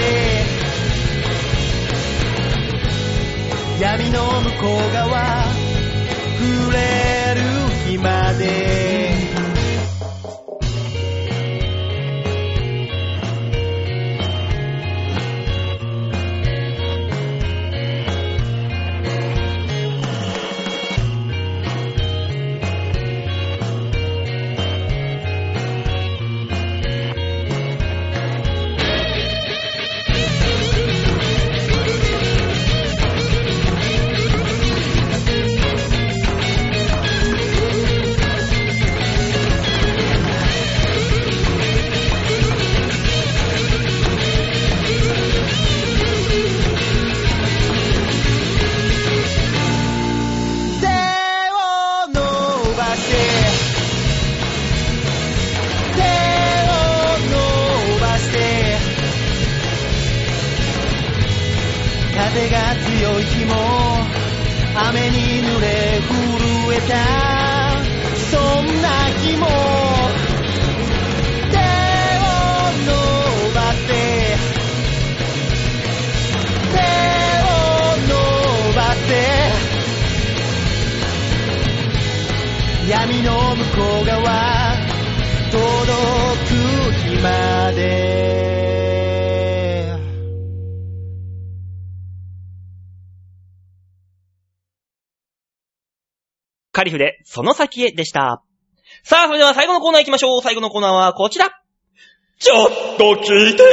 C: 闇の向こう側触れる日ま で「手を伸ばして手を伸ばして」風が強い日も雨に濡れ震えたそんな日も手を伸ばせ手を伸ばせ闇の向こう側届く日まで
A: カリフで、その先へでした。さあ、それでは最後のコーナー行きましょう。最後のコーナーはこちら。ちょっと聞 いてよ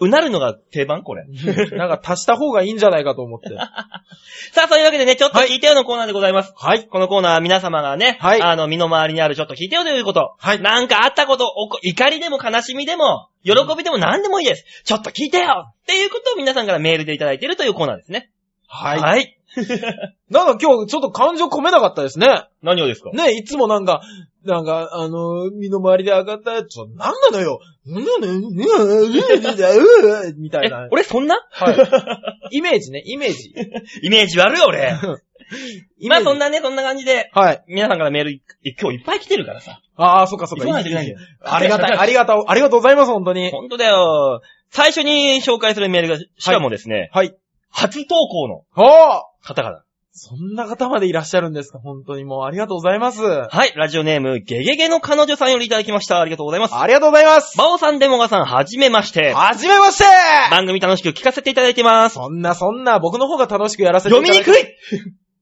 A: うなるのが定番これ。
B: なんか足した方がいいんじゃないかと思って。
A: さあ、そういうわけでね、ちょっと聞いてよのコーナーでございます。
B: はい。
A: このコーナーは皆様がね、
B: はい
A: あの、身の回りにあるちょっと聞いてよということ。
B: はい
A: なんかあったこと、おこ怒りでも悲しみでも、喜びでも何でもいいです。ちょっと聞いてよっていうことを皆さんからメールでいただいているというコーナーですね。
B: はい。
A: はい。
B: なんか今日ちょっと感情込めなかったですね。
A: 何をですか
B: ね、いつもなんか、なんか、あのー身の回りで上がったやつ、なんなのよなんなのようんうんうんうんみた
A: え
B: いな、。
A: 俺そんな
B: はい。イメージね、イメージ。
A: イメージ悪い 俺。まあそん
B: な。
A: なね、そんな感じで、
B: はい。
A: 皆さんからメールい、今日いっぱい来てるからさ。
B: ああ、そっかそっか。
A: 急がないといけないんだよ
B: ありがたい、ありがとう、ありがとうございます、本当に。
A: ほんとだよ。最初に紹介するメールが、しかもですね、
B: はい。
A: 初投稿の
B: おー
A: 方々。
B: そんな方までいらっしゃるんですか本当にもうありがとうございます。あ
A: はい、ラジオネーム、ゲゲゲの彼女さんよりいただきました。ありがとうございます。
B: りがとうございます。
A: バオさん、デモガさん、はじめまして。
B: はじめまして
A: 番組楽しく聞かせていただいてます。
B: そんなそんな僕の方が楽しくやらせてい
A: 読
B: た
A: み
B: だ
A: にくい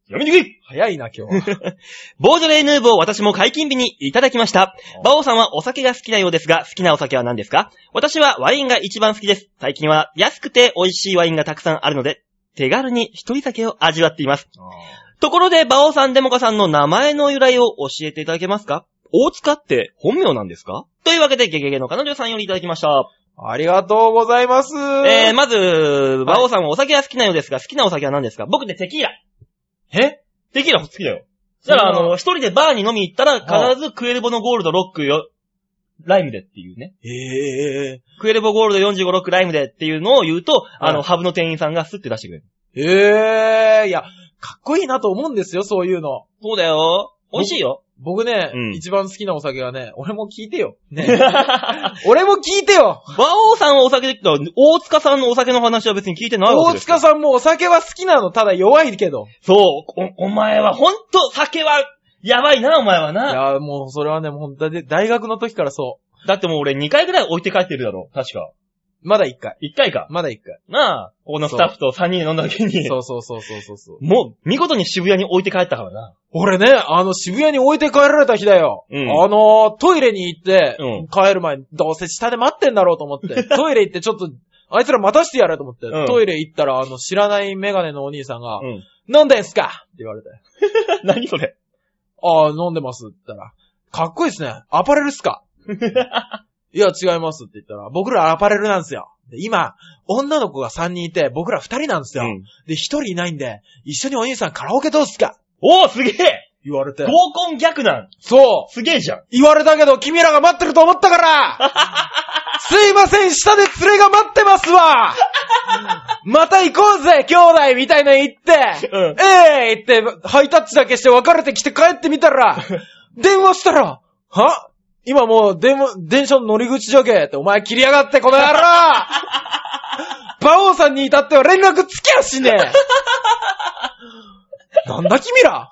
A: 読みにくい
B: 早いな、今日は。
A: ボージョレーヌーボー私も解禁日にいただきました。バオさんはお酒が好きなようですが、好きなお酒は何ですか私はワインが一番好きです。最近は安くて美味しいワインがたくさんあるので、手軽に一人酒を味わっています。ところで、バオさん、デモカさんの名前の由来を教えていただけますか大塚って本名なんですかというわけで、ゲゲゲの彼女さんよりいただきました。
B: ありがとうございます。
A: えー、まず、バオさんはお酒は好きなようですが、好きなお酒は何ですか僕ね、テキーラ。
B: え
A: テキーラ好きだよ。だから、あ
B: そんな
A: の、一人でバーに飲み行ったら、必ずクエルボのゴールド6よ、ライムでっていうね。
B: え
A: クエルボゴールド45、6ライムでっていうのを言うと、あの、ハブの店員さんがスッて出してくれる。
B: ー、えー、いや、かっこいいなと思うんですよ、そういうの。
A: そうだよ。美味しい よ。
B: 僕ね、
A: うん
B: 一番好きなお酒はね、俺も聞いてよ。ね、
A: バ
B: 俺も聞いてよ
A: オさんはお酒で、大塚さんのお酒の話は別に聞いてないわ
B: 大
A: けですよ。
B: 塚さんもお酒は好きなの、ただ弱いけど。
A: そう。お、お前はほんと酒は、やばいな、お前はいな。
B: や、もうそれはね、もう本当に大学の時からそ
A: だってもう俺2回ぐらい置いて帰ってるだろ。確か。
B: う。まだ一回。
A: 1回か。
B: まだ一回。
A: なあ、ここのスタッフと3人で飲んだ時に。
B: そうそうそうそうそうそう。
A: もう、見事に渋谷に置いて帰ったからな。
B: 俺ね、あの、渋谷に置いて帰られた日だよ。
A: うん
B: あのー、トイレに行って、
A: うん
B: 帰る前に、どうせ下で待ってんだろうと思 って、トイレ行ってちょっと、あいつら待たしてやれと思って、
A: うん
B: トイレ行ったら、あの、知らないメガネのお兄さんが、
A: うん。
B: 飲んでんすかって言われて、
A: 何それ。
B: ああ、飲んでますって言ったら、かっこいいっすね。アパレルっすか いや、違いますって言ったら、僕らアパレルなんですよ。で今、女の子が3人いて、僕ら2人なんですよ。
A: うん
B: で、1人いないんで、一緒にお兄さんカラオケどうっすか
A: おーすげえ
B: 言われて。
A: 合コン逆なん
B: そう
A: すげえじゃん
B: 言われたけど、君らが待ってると思ったからすいません、下で連れが待ってますわまた行こうぜ、兄弟みたいなの言って、
A: うん
B: ええ言って、ハイタッチだけして別れてきて帰ってみたら、電話したら、は今もう、電話、電車の乗り口じゃけって、お前切りやがって、この野郎馬王さんに至っては連絡つきやしねえなんだ君ら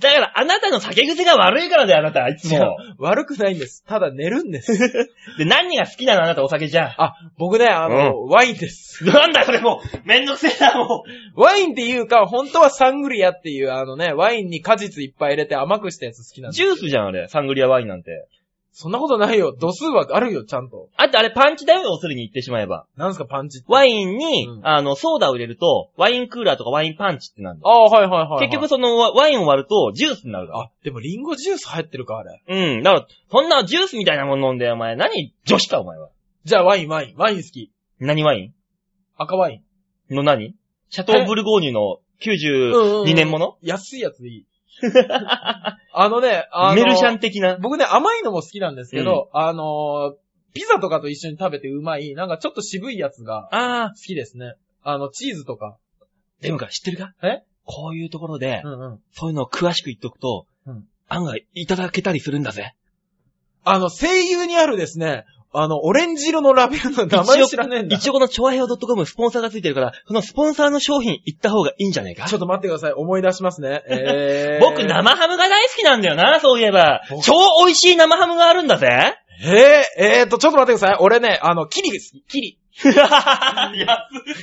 A: だから、あなたの酒癖が悪いからだよ、あなた、いつ
B: 違う
A: も。
B: 悪くないんです。ただ寝るんです。
A: で、何が好きなの、あなた、お酒じゃん。
B: あ、僕ね、あの、ワインです。
A: なんだよ、それもう。めんどくせえな、もう。
B: ワインっていうか、本当はサングリアっていう、あのね、ワインに果実いっぱい入れて甘くしたやつ好きなんで
A: ジュースじゃん、あれ。サングリアワインなんて。
B: そんなことないよ。度数はあるよ、ちゃんと。
A: あと、あれ、パンチだよ、要するに言ってしまえば。
B: なんすか、パンチって。
A: ワインに、
B: うん
A: あの、ソーダを入れると、ワインクーラーとかワインパンチってなるんだよ
B: ああ、はいはいはいはい。
A: 結局、、その、ワワインを割ると、ジュースになるから。
B: あ、でもリンゴジュース入ってるか、あれ。
A: うん。だから、そんなジュースみたいなもの飲んで、お前、何、女子か、お前は。
B: じゃあ、ワイン、ワイン。ワイン好き。
A: 何ワイン
B: 赤ワイン。
A: の何シャトーブルゴーニュの92年もの
B: 安いやつでいい。あのね、あの、
A: メルシャン的な。
B: 僕ね、甘いのも好きなんですけど、あのー、ピザとかと一緒に食べてうまい、なんかちょっと渋いやつが
A: ああ、
B: 好きですね。あの、チーズとか。
A: でもか、知ってるか
B: え
A: こういうところで
B: う、んうん。
A: そういうのを詳しく言っとくと
B: うん、
A: 案外いただけたりするんだぜ。
B: あの、声優にあるですね、あの、オレンジ色のラベルの名前知らねえんだ。
A: 一応このチョアヘオ .com スポンサーがついてるから、そのスポンサーの商品行った方がいいんじゃねえか
B: ちょっと待ってください。思い出します ね。えー、
A: 僕生ハムが大好きなんだよな、そういえば
B: 僕。
A: 超美味しい生ハムがあるんだ ぜ。
B: えー、えーと、ちょっと待ってください。俺ね、あの、キリです。キリ。
A: 安い。
B: キリ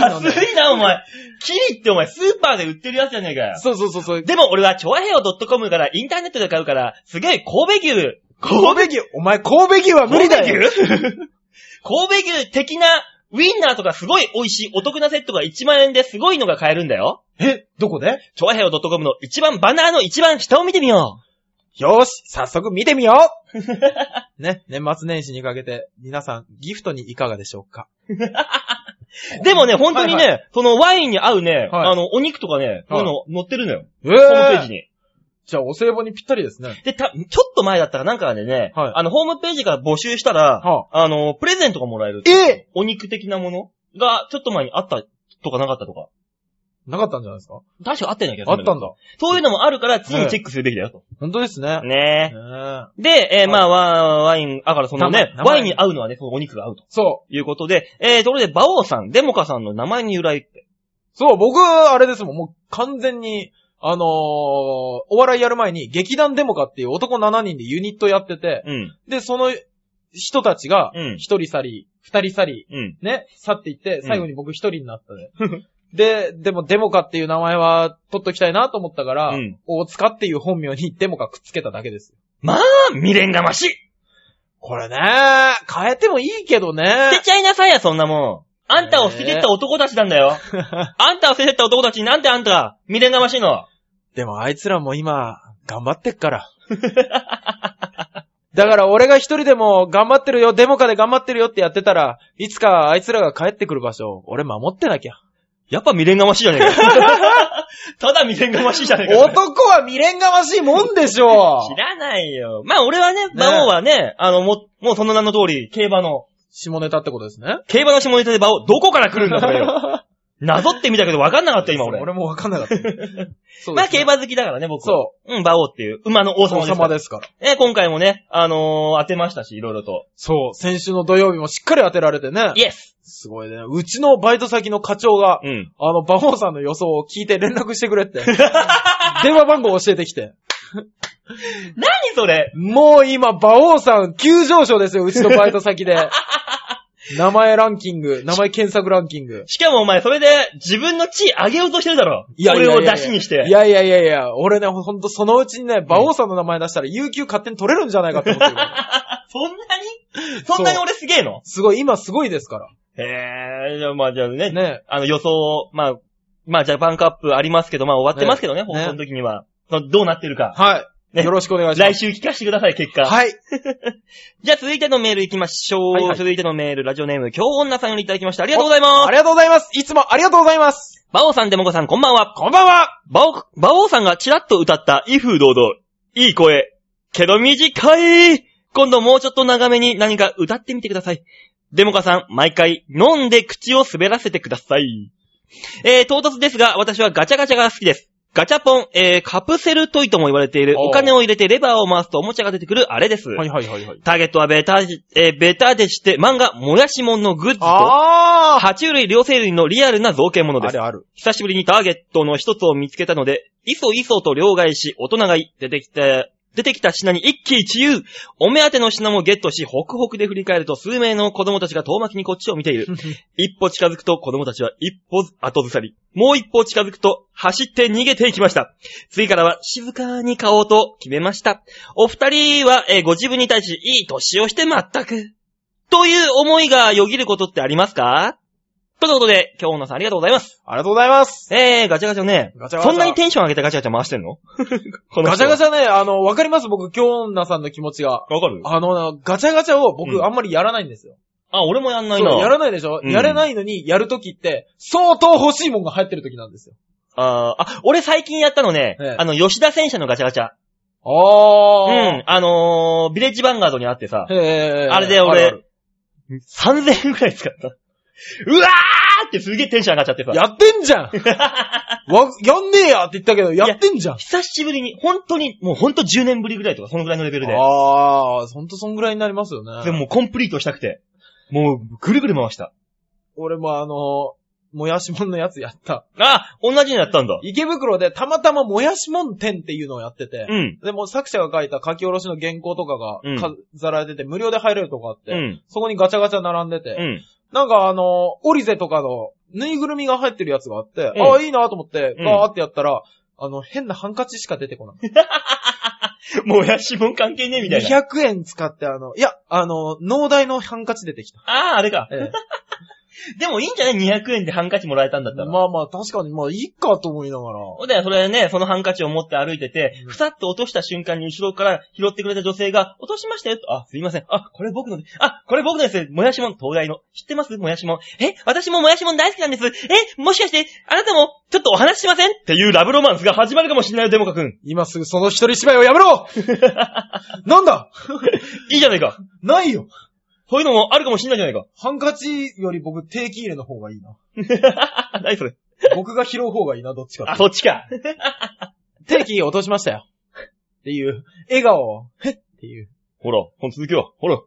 B: のね
A: 安いな、お前。キリってお前スーパーで売ってるやつじゃねえかよ。
B: そうそうそうそう。
A: でも俺はチョアヘオ .com からインターネットで買うから、すげえ神戸牛。
B: 神戸牛、お前神戸牛は無理だよ。
A: 神戸牛神戸牛的なウィンナーとかすごい美味しいお得なセットが1万円ですごいのが買えるんだよ。
B: え、どこで
A: チョアヘオ .com の一番バナーの一番下を見てみよ
B: よーし、早速見てみよ うね、年末年始にかけて、皆さん、ギフトにいかがでしょうか
A: う。でもね、本当にね、
B: はい
A: そのワインに合うね、
B: はい
A: あの、お肉とかね、こういうの載ってるのよ。
B: え
A: ホームページに。
B: じゃあ、お歳暮にぴったりですね。
A: で、た、ちょっと前だったらなんかでね、
B: はい
A: あの、ホームページから募集したら、
B: は
A: あの、プレゼントがもらえる。
B: え
A: お肉的なものが、ちょっと前にあったとかなかったとか。
B: なかったんじゃないですか
A: 確かあったような気が
B: あ
A: す
B: っ
A: る。
B: たんだ。
A: そういうのもあるから、常にチェックするべきだよと。
B: 本当ですね。
A: ねえ。
B: ね
A: で、えーまあ、ワワイン、だからそのね
B: 生、生
A: ワインに合うのはね、そのお肉が合うと
B: そう。
A: いうことで、えー、ところで、バオさん、デモカさんの名前に由来って。
B: そう、僕、あれですもん、もう完全に、あのー、お笑いやる前に、劇団デモカっていう男7人でユニットやってて、
A: うん。
B: で、その人たちが
A: うん、
B: 一人去り、二人去り、
A: うん。
B: ね、去っていって、最後に僕一人になったで。 で、でもデモカっていう名前は取っときたいなと思ったから、
A: うん
B: 大塚っていう本名にデモカくっつけただけです。
A: まあ、未練がましい
B: これね、変えてもいいけ どね
A: 捨て。ちゃいなさいや、そんなもん。あんたを捨ててった男たちなんだよ。あんたを捨ててった男たちになんであんた、未練がましいの。
B: でもあいつらも今、頑張ってっから。 だから俺が一人でも頑張ってるよ、デモカで頑張ってるよってやってたら、いつかあいつらが帰ってくる場所を俺守ってなきゃ。
A: やっぱ未練がましいじゃねえか。 ただ未練がましいじゃねえか。
B: 男は未練がましいもんでしょ
A: 知らないよ。まあ俺はね、馬王はね、あの、も、もうその名の通り、競馬の、
B: 下ネタってことです ね。
A: 競馬の下ネタで馬王、どこから来るんだ、それよ。 なぞってみたけど分かんなかった、今俺。
B: 俺もわかんなかった。 そう
A: まあ競馬好きだからね、僕は。
B: そ
A: うん、馬王っていう、馬の王
B: う。
A: 様
B: 王
A: です
B: 様
A: から。
B: ですから。
A: ね、今回もね、あのー、当てましたし、いろいろと。
B: そう。先週の土曜日もしっかり当てられてね。
A: イエス
B: すごいね。うちのバイト先の課長が
A: う、ん。
B: あの、馬王さんの予想を聞いて連絡してくれ って。電話番号教えてきて。
A: 何それ
B: もう今、馬王さん急上昇ですよ、うちのバイト先 で。名前ランキング、名前検索ランキング。
A: しかもお前、それで、自分の地位上げようとしてるだろ。
B: いやいやいやい
A: 俺
B: や
A: を出しにし
B: い
A: て。
B: やいやいやいや、俺ね、ほんとそのうちにね、馬王さんの名前出したら、有給勝手に取れるんじゃないかって思 ってる。
A: そんなにそんなに俺すげえの
B: すごい、今すごいですか
A: へえ、じゃあまあじゃあね、
B: ら。ね。
A: あの予想を、まあ、まあジャパンカップありますけど、まあ終わってますけどね、
B: ね
A: 放送の時には。そのどうなってるか。
B: はい。
A: ね
B: よろしくお願いしま
A: 来
B: す。
A: 週聞かせてください、結果。
B: はい。
A: じゃあ続いてのメール行きましょう。
B: はいはい
A: 続いてのメール、ラジオネーム、京女さんよりいただきました。ありがとうございます
B: あ。りがとうございます。いつもありがとうございます。
A: バオさん、デモコさん、こんばんは。
B: こんばんは。
A: バオ、バオさんがチラッと歌った、威風堂々。いい声。けど短い。今度もうちょっと長めに何か歌ってみてください。デモカさん、毎回飲んで口を滑らせてください。えー、唐突ですが、私はガチャガチャが好きです。ガチャポン、えー、カプセルトイとも言われている、
B: おー
A: お金を入れてレバーを回すとおもちゃが出てくるあれです。
B: はいはいはいはい。
A: ターゲットはベタ、えー、ベタでして、漫画、もやしもんのグッズと、
B: あ
A: 爬虫類両生類のリアルな造形物
B: ー。
A: で
B: あ
A: す
B: る。ある。
A: 久しぶりにターゲットの一つを見つけたので、いそいそと両替し、大人買い、出てきた、出てきた品に一喜一憂。お目当ての品もゲットし、ホクホクで振り返ると数名の子供たちが遠巻きにこっちを見ている。一歩近づくと子供たちは一歩後ずさり。もう一歩近づくと走って逃げていきました。次からは静かに買おうと決めました。お二人は、えーご自分に対しいい年をして全く。という思いがよぎることってありますかとのことで、今日のさんありがとうございます。
B: ありがとうございます。
A: えー、ガチャガチャね。
B: ガチャガチャ
A: そんなにテンション上げてガチャガチャ回してんの こ
B: ガチャガチ
A: ャ。
B: ャね、あの、わかります僕、京女さんの気持ちが。
A: わかる
B: あの、ガチャガチャを僕、
A: うん
B: あんまりやらないんですよ。
A: あ、俺もやんない
B: そう
A: な。
B: やらないでしょ、
A: うん
B: やれないのに、やるときって、相当欲しいもんが入ってるときなんですよ。
A: あーあ、俺最近やったのね、
B: ええ
A: あの、吉田戦車のガチャガチャ。うん。
B: あ
A: あのー、ビレッジヴァンガードにあってさ、
B: へー
A: あれで
B: あ
A: 俺
B: る、
A: 3000円くらい使った。うわーってすげえテンション上がっちゃってさ
B: ある。やって んじゃんわ、やんねえやって言ったけど、やってんじゃん。
A: 久しぶりに、本当に、もう本当10年ぶりぐらいとか、そのぐらいのレベルで。
B: ああ、ほんとそんぐらいになりますよ
A: でも
B: ね。
A: もうコンプリートしたくて。もう、ぐるぐる回した。
B: 俺もあの、もやしもんのやつやった。
A: あ同じのやったんだ。
B: 池袋でたまたまもやしもん店っていうのをやってて
A: う、ん。
B: でも作者が書いた書き下ろしの原稿とか
A: うん
B: が飾られてて、無料で入れるとこあっ
A: う
B: て、
A: ん。
B: そこにガチャガチャ並んで
A: う
B: て、
A: ん。
B: なんかあの、オリゼとかのぬいぐるみが入ってるやつがあって、
A: うん
B: ああ、いいなと思って、
A: うん
B: ガーってやったら、あの、変なハンカチしか出てこない。
A: もやしもん関係ねえみたいな。
B: 200円使って、あの、いや、あの、農大のハンカチ出てきた。
A: ああ、あれか。
B: ええ、
A: でもいいんじゃない ?200 円でハンカチもらえたんだったら。
B: まあまあ、確かに、まあ、いいかと思いながら。
A: そうだよ、それね、そのハンカチを持って歩いてて
B: う、ん
A: ふさっと落とした瞬間に後ろから拾ってくれた女性が、落としましたよと。あ、すいません。あ、これ僕ので、あ、これ僕のです。もやしもん、東大の。知ってますもやしもん。え、私ももやしもん大好きなんです。え、もしかして、あなたも、ちょっとお話ししませんっていうラブロマンスが始まるかもしれないよ、デモカ君。
B: 今すぐその一人芝居をやめろなんだ
A: いいじゃないか。
B: ないよ
A: そういうのもあるかもしれないじゃないか。
B: ハンカチより僕、定期入れの方がいいな。
A: 何それ。
B: 僕が拾う方がいいな、どっちかって
A: あ、そっち か。
B: 定期落としましたよ。っていう、笑顔を、へっっていう。
A: ほら、この続きは、ほら。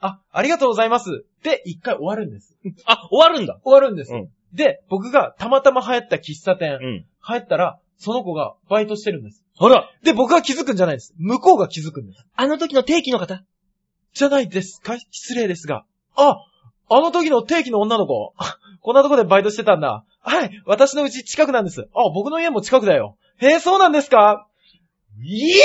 B: あ、ありがとうございます。で、一回終わるんです。
A: あ、終わるんだ。
B: 終わるんです。
A: うん
B: で、僕がたまたま流行った喫茶
A: う
B: 店、
A: ん。
B: 入ったら、その子がバイトしてるんです。
A: ほら、
B: で、僕は気づくんじゃないです。向こうが気づくんです。
A: あの時の定期の方。
B: じゃないですか失礼ですが。あ、あの時の定期の女の子。あこんなとこでバイトしてたんだ。はい、私のうち近くなんです。あ、僕の家も近くだよ。へえ、そうなんですかいえ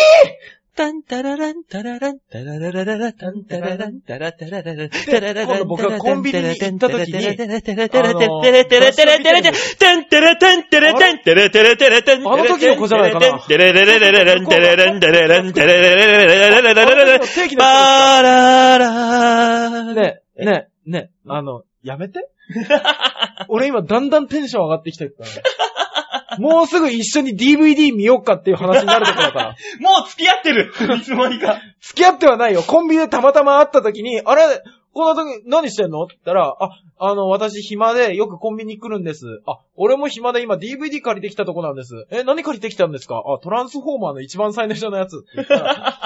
C: タンタラランタラランタラララララタンタラランタラタラララタラララ
B: 今度僕がコンビニに行った時に
C: タラタラ
B: あ
C: タラタラ
B: の
C: タラタラタラタラタラタンタラタンタラタンタラタラタラタン
B: あの時の子じゃないかな
A: テレレレレレレンテレレンテレレンテレレレレレレレレレレレ
B: あの時の定期の
A: バーラーラー
B: ね、ね、ね、あの、やめて。俺今だんだんテンション上がってきてるから。もうすぐ一緒に DVD 見よっかっていう話になるとこだから。
A: もう付き合ってるいつの間にか。
B: 付き合ってはないよ。コンビニでたまたま会った時に、あれこの時何してんのって言ったら、あ、あの、私暇でよくコンビニ来るんです。あ、俺も暇で今 DVD 借りてきたとこなんです。え、何借りてきたんですかあ、トランスフォーマーの一番最年少のやつ。って言ったら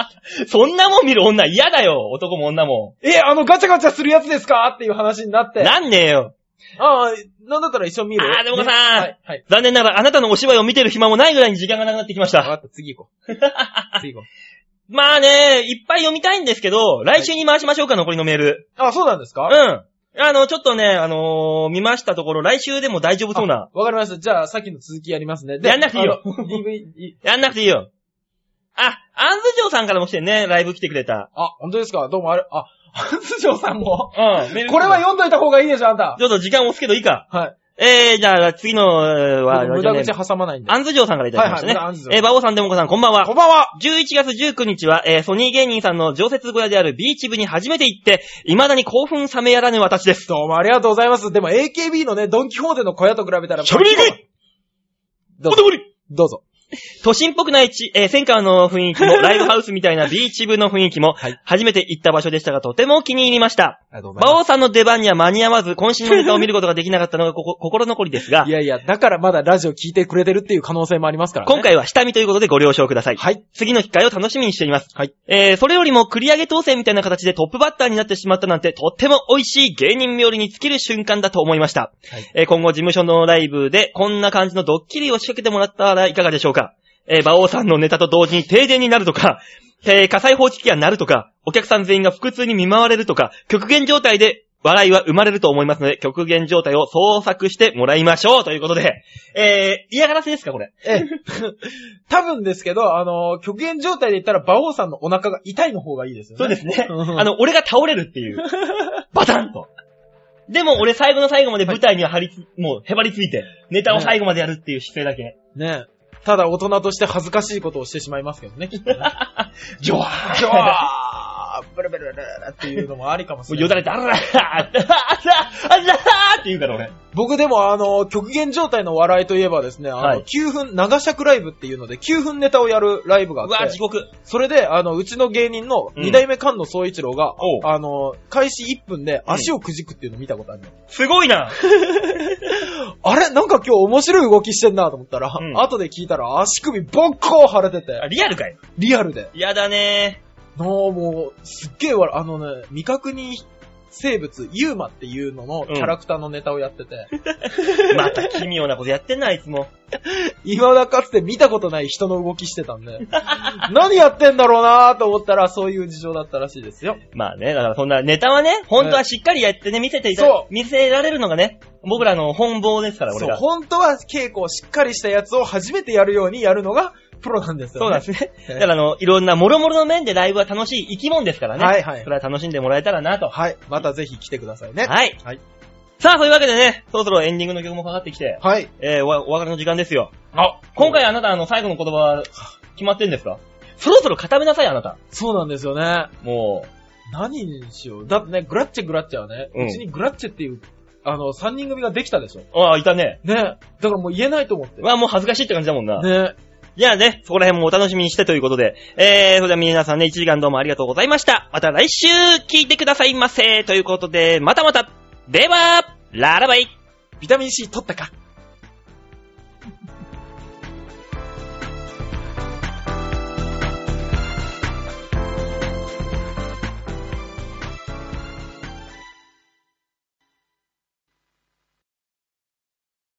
A: そんなもん見る女嫌だよ、男も女も。
B: え、あのガチャガチャするやつですかっていう話になって。
A: なんねえよ。
B: ああ、なんだったら一緒に見る
A: あーでもさん
B: ねはい、はい。
A: 残念ながらあなたのお芝居を見てる暇もないぐらいに時間がなくなってきまし
B: わか
A: た。
B: った、次行こ う。次行こ
A: まあね、いっぱい読みたいんですけど、来週に回しましょうか、残りのメール。
B: う。あ、そうなんですか
A: うん。あの、ちょっとね、あのー見ましたところ、来週でも大丈夫そうな。
B: わかりました。じゃあ、さっきの続きやりますね。
A: やんなくていいよ
B: あの DVD、
A: やんなくていいよ。あ、安ズ城さんからも来てね、ライブ来てくれた。
B: あ、本当ですかどうもあれ、あ、ハンスジョーさん も。
A: うん。メール来てた
B: これは読んどいた方がいいでしょ、あん た
A: ち。ょっと時間を押すけどいいか。
B: はい。
A: えー、じゃあ、次のえーは、
B: 無駄口挟まないんで。
A: 安ズ城さんからいただきましたね。
B: はいはい安住
A: えー、馬王さん、デモカさん、こんばんは
B: こ。んばんは
A: 11月19日は、えー、ソニー芸人さんの常設小屋であるビーチ部に初めて行って、未だに興奮冷めやらぬ私です。
B: どうもありがとうございます。でも AKB のね、ドンキホーテの小屋と比べたら。
A: しゃべりにくい
B: どう
A: お手
B: ぞ。
A: 盛り
B: どうぞ。
A: 都心っぽくないち、えー、戦火の雰 囲気も、ライブハウスみたいなビーチ部の雰囲気も
B: はい、
A: 初めて行った場所でしたが、とても気に入りました。
B: ありがとうござい
A: 馬王さんの出番には間に合わず、渾身のネタを見ることができなかったのがここ心残りですが
B: ます。い、やいや、だからまだラジオ聞いてくれてるっていう可能性もありますからね。
A: 今回は下見ということでご了承ください。
B: はい。
A: 次の機会を楽しみにしています。
B: はい。
A: えー、それよりも繰り上げ当選みたいな形でトップバッターになってしまったなんて、とっても美味しい芸人冥利に尽きる瞬間だと思いました。
B: はい
A: えー、今後事務所のライブで、こんな感じのドッキリを仕掛けてもらったらいかがでしょうか。えー、馬王さんのネタと同時に停電になるとか、えー、火災報知器がなるとか、お客さん全員が腹痛に見舞われるとか、極限状態で、笑いは生まれると思いますので、極限状態を創作してもらいましょうということで、えー、嫌がらせですか、これ。
B: ええ、 多分ですけど、あのー、極限状態で言ったら、馬王さんのお腹が痛いの方がいいですよね。
A: そうですね。
B: うん
A: あの、俺が倒れるって いう。バタンと。でも俺最後の最後まで舞台には張りつ、もうへばりついて、ネタを最後までやるっていう姿勢だけ。
B: ねえ。ただ大人として恥ずかしいことをしてしまいますけどね、きっとね。
A: ジョワー
B: じゃああー、ブルブルブルブルっていうのもありかもし
A: も
B: れ
A: う
B: ない。
A: よだれだららあらあらって言うから俺。
B: 僕でもあの、極限状態の笑いといえばですね、あの、
A: はい
B: 9分、長尺ライブっていうので、9分ネタをやるライブがあ
A: う
B: っ
A: わ、
B: て
A: 地、獄。
B: それで、あの、うちの芸人の
A: うん
B: 2代目菅野総一郎が、
A: おう
B: あの、開始1分で
A: うん
B: 足をくじくっていうの見たことあるの、
A: すごいな。
B: あれなんか今日面白い動きしてんなと思ったら、
A: うん
B: 後で聞いたら足首ボッコー腫れて
A: あ
B: て、
A: リアルかい
B: リアルで。
A: やだね
B: なあ、もう、すっげえ笑、あのね、未確認生物、ユーマっていうののキャラクターのネタをやってて、
A: また奇妙なことやってんな、あいつも。
B: 今だかつて見たことない人の動きしてたんで、 何やってんだろうなーと思ったら、そういう事情だったらしいですよ。
A: まあね、だからそんなネタはね、本当はしっかりやってね、見せていた、
B: そう
A: 見せられるのがね、僕らの本望ですから、俺
B: そう、
A: ら。
B: 本当は稽古をしっかりしたやつを初めてやるようにやるのがプロなんです
A: そう
B: よ、
A: なん
B: ね。
A: ですね。
B: え
A: だからあの、いろんな諸々の面でライブは楽しい生き物ですからね。
B: はいはい
A: そ。れは楽しんでもらえたらなと。
B: はい。またぜひ来てくださいね。
A: はい。
B: はい
A: さあ、そういうわけでね、そろそろエンディングの曲もかかってきて、
B: はい。
A: えー、おお別れの時間ですよ。
B: あ、
A: 今回あなた、あの、最後の言葉は決まってんですかそろそろ固めなさい、あなた。
B: そうなんですよね。
A: も
B: 何にしよう。だってね、グラッチェグラッチェはね、
A: うん
B: うちにグラッチェっていう、あの、3人組ができたでしょ。
A: う。ああ、いたね。
B: ね。だからもう言えないと思って。
A: わあ、もう恥ずかしいって感じだもんな。
B: ね。
A: じゃあね、そこら辺もお楽しみにしてということで、えー、それでは皆さんね、1時間どうもありがとうございました。また来週、聞いてくださいませ。ということで、またまた。では、ララバイ。
B: ビタミン C 取ったか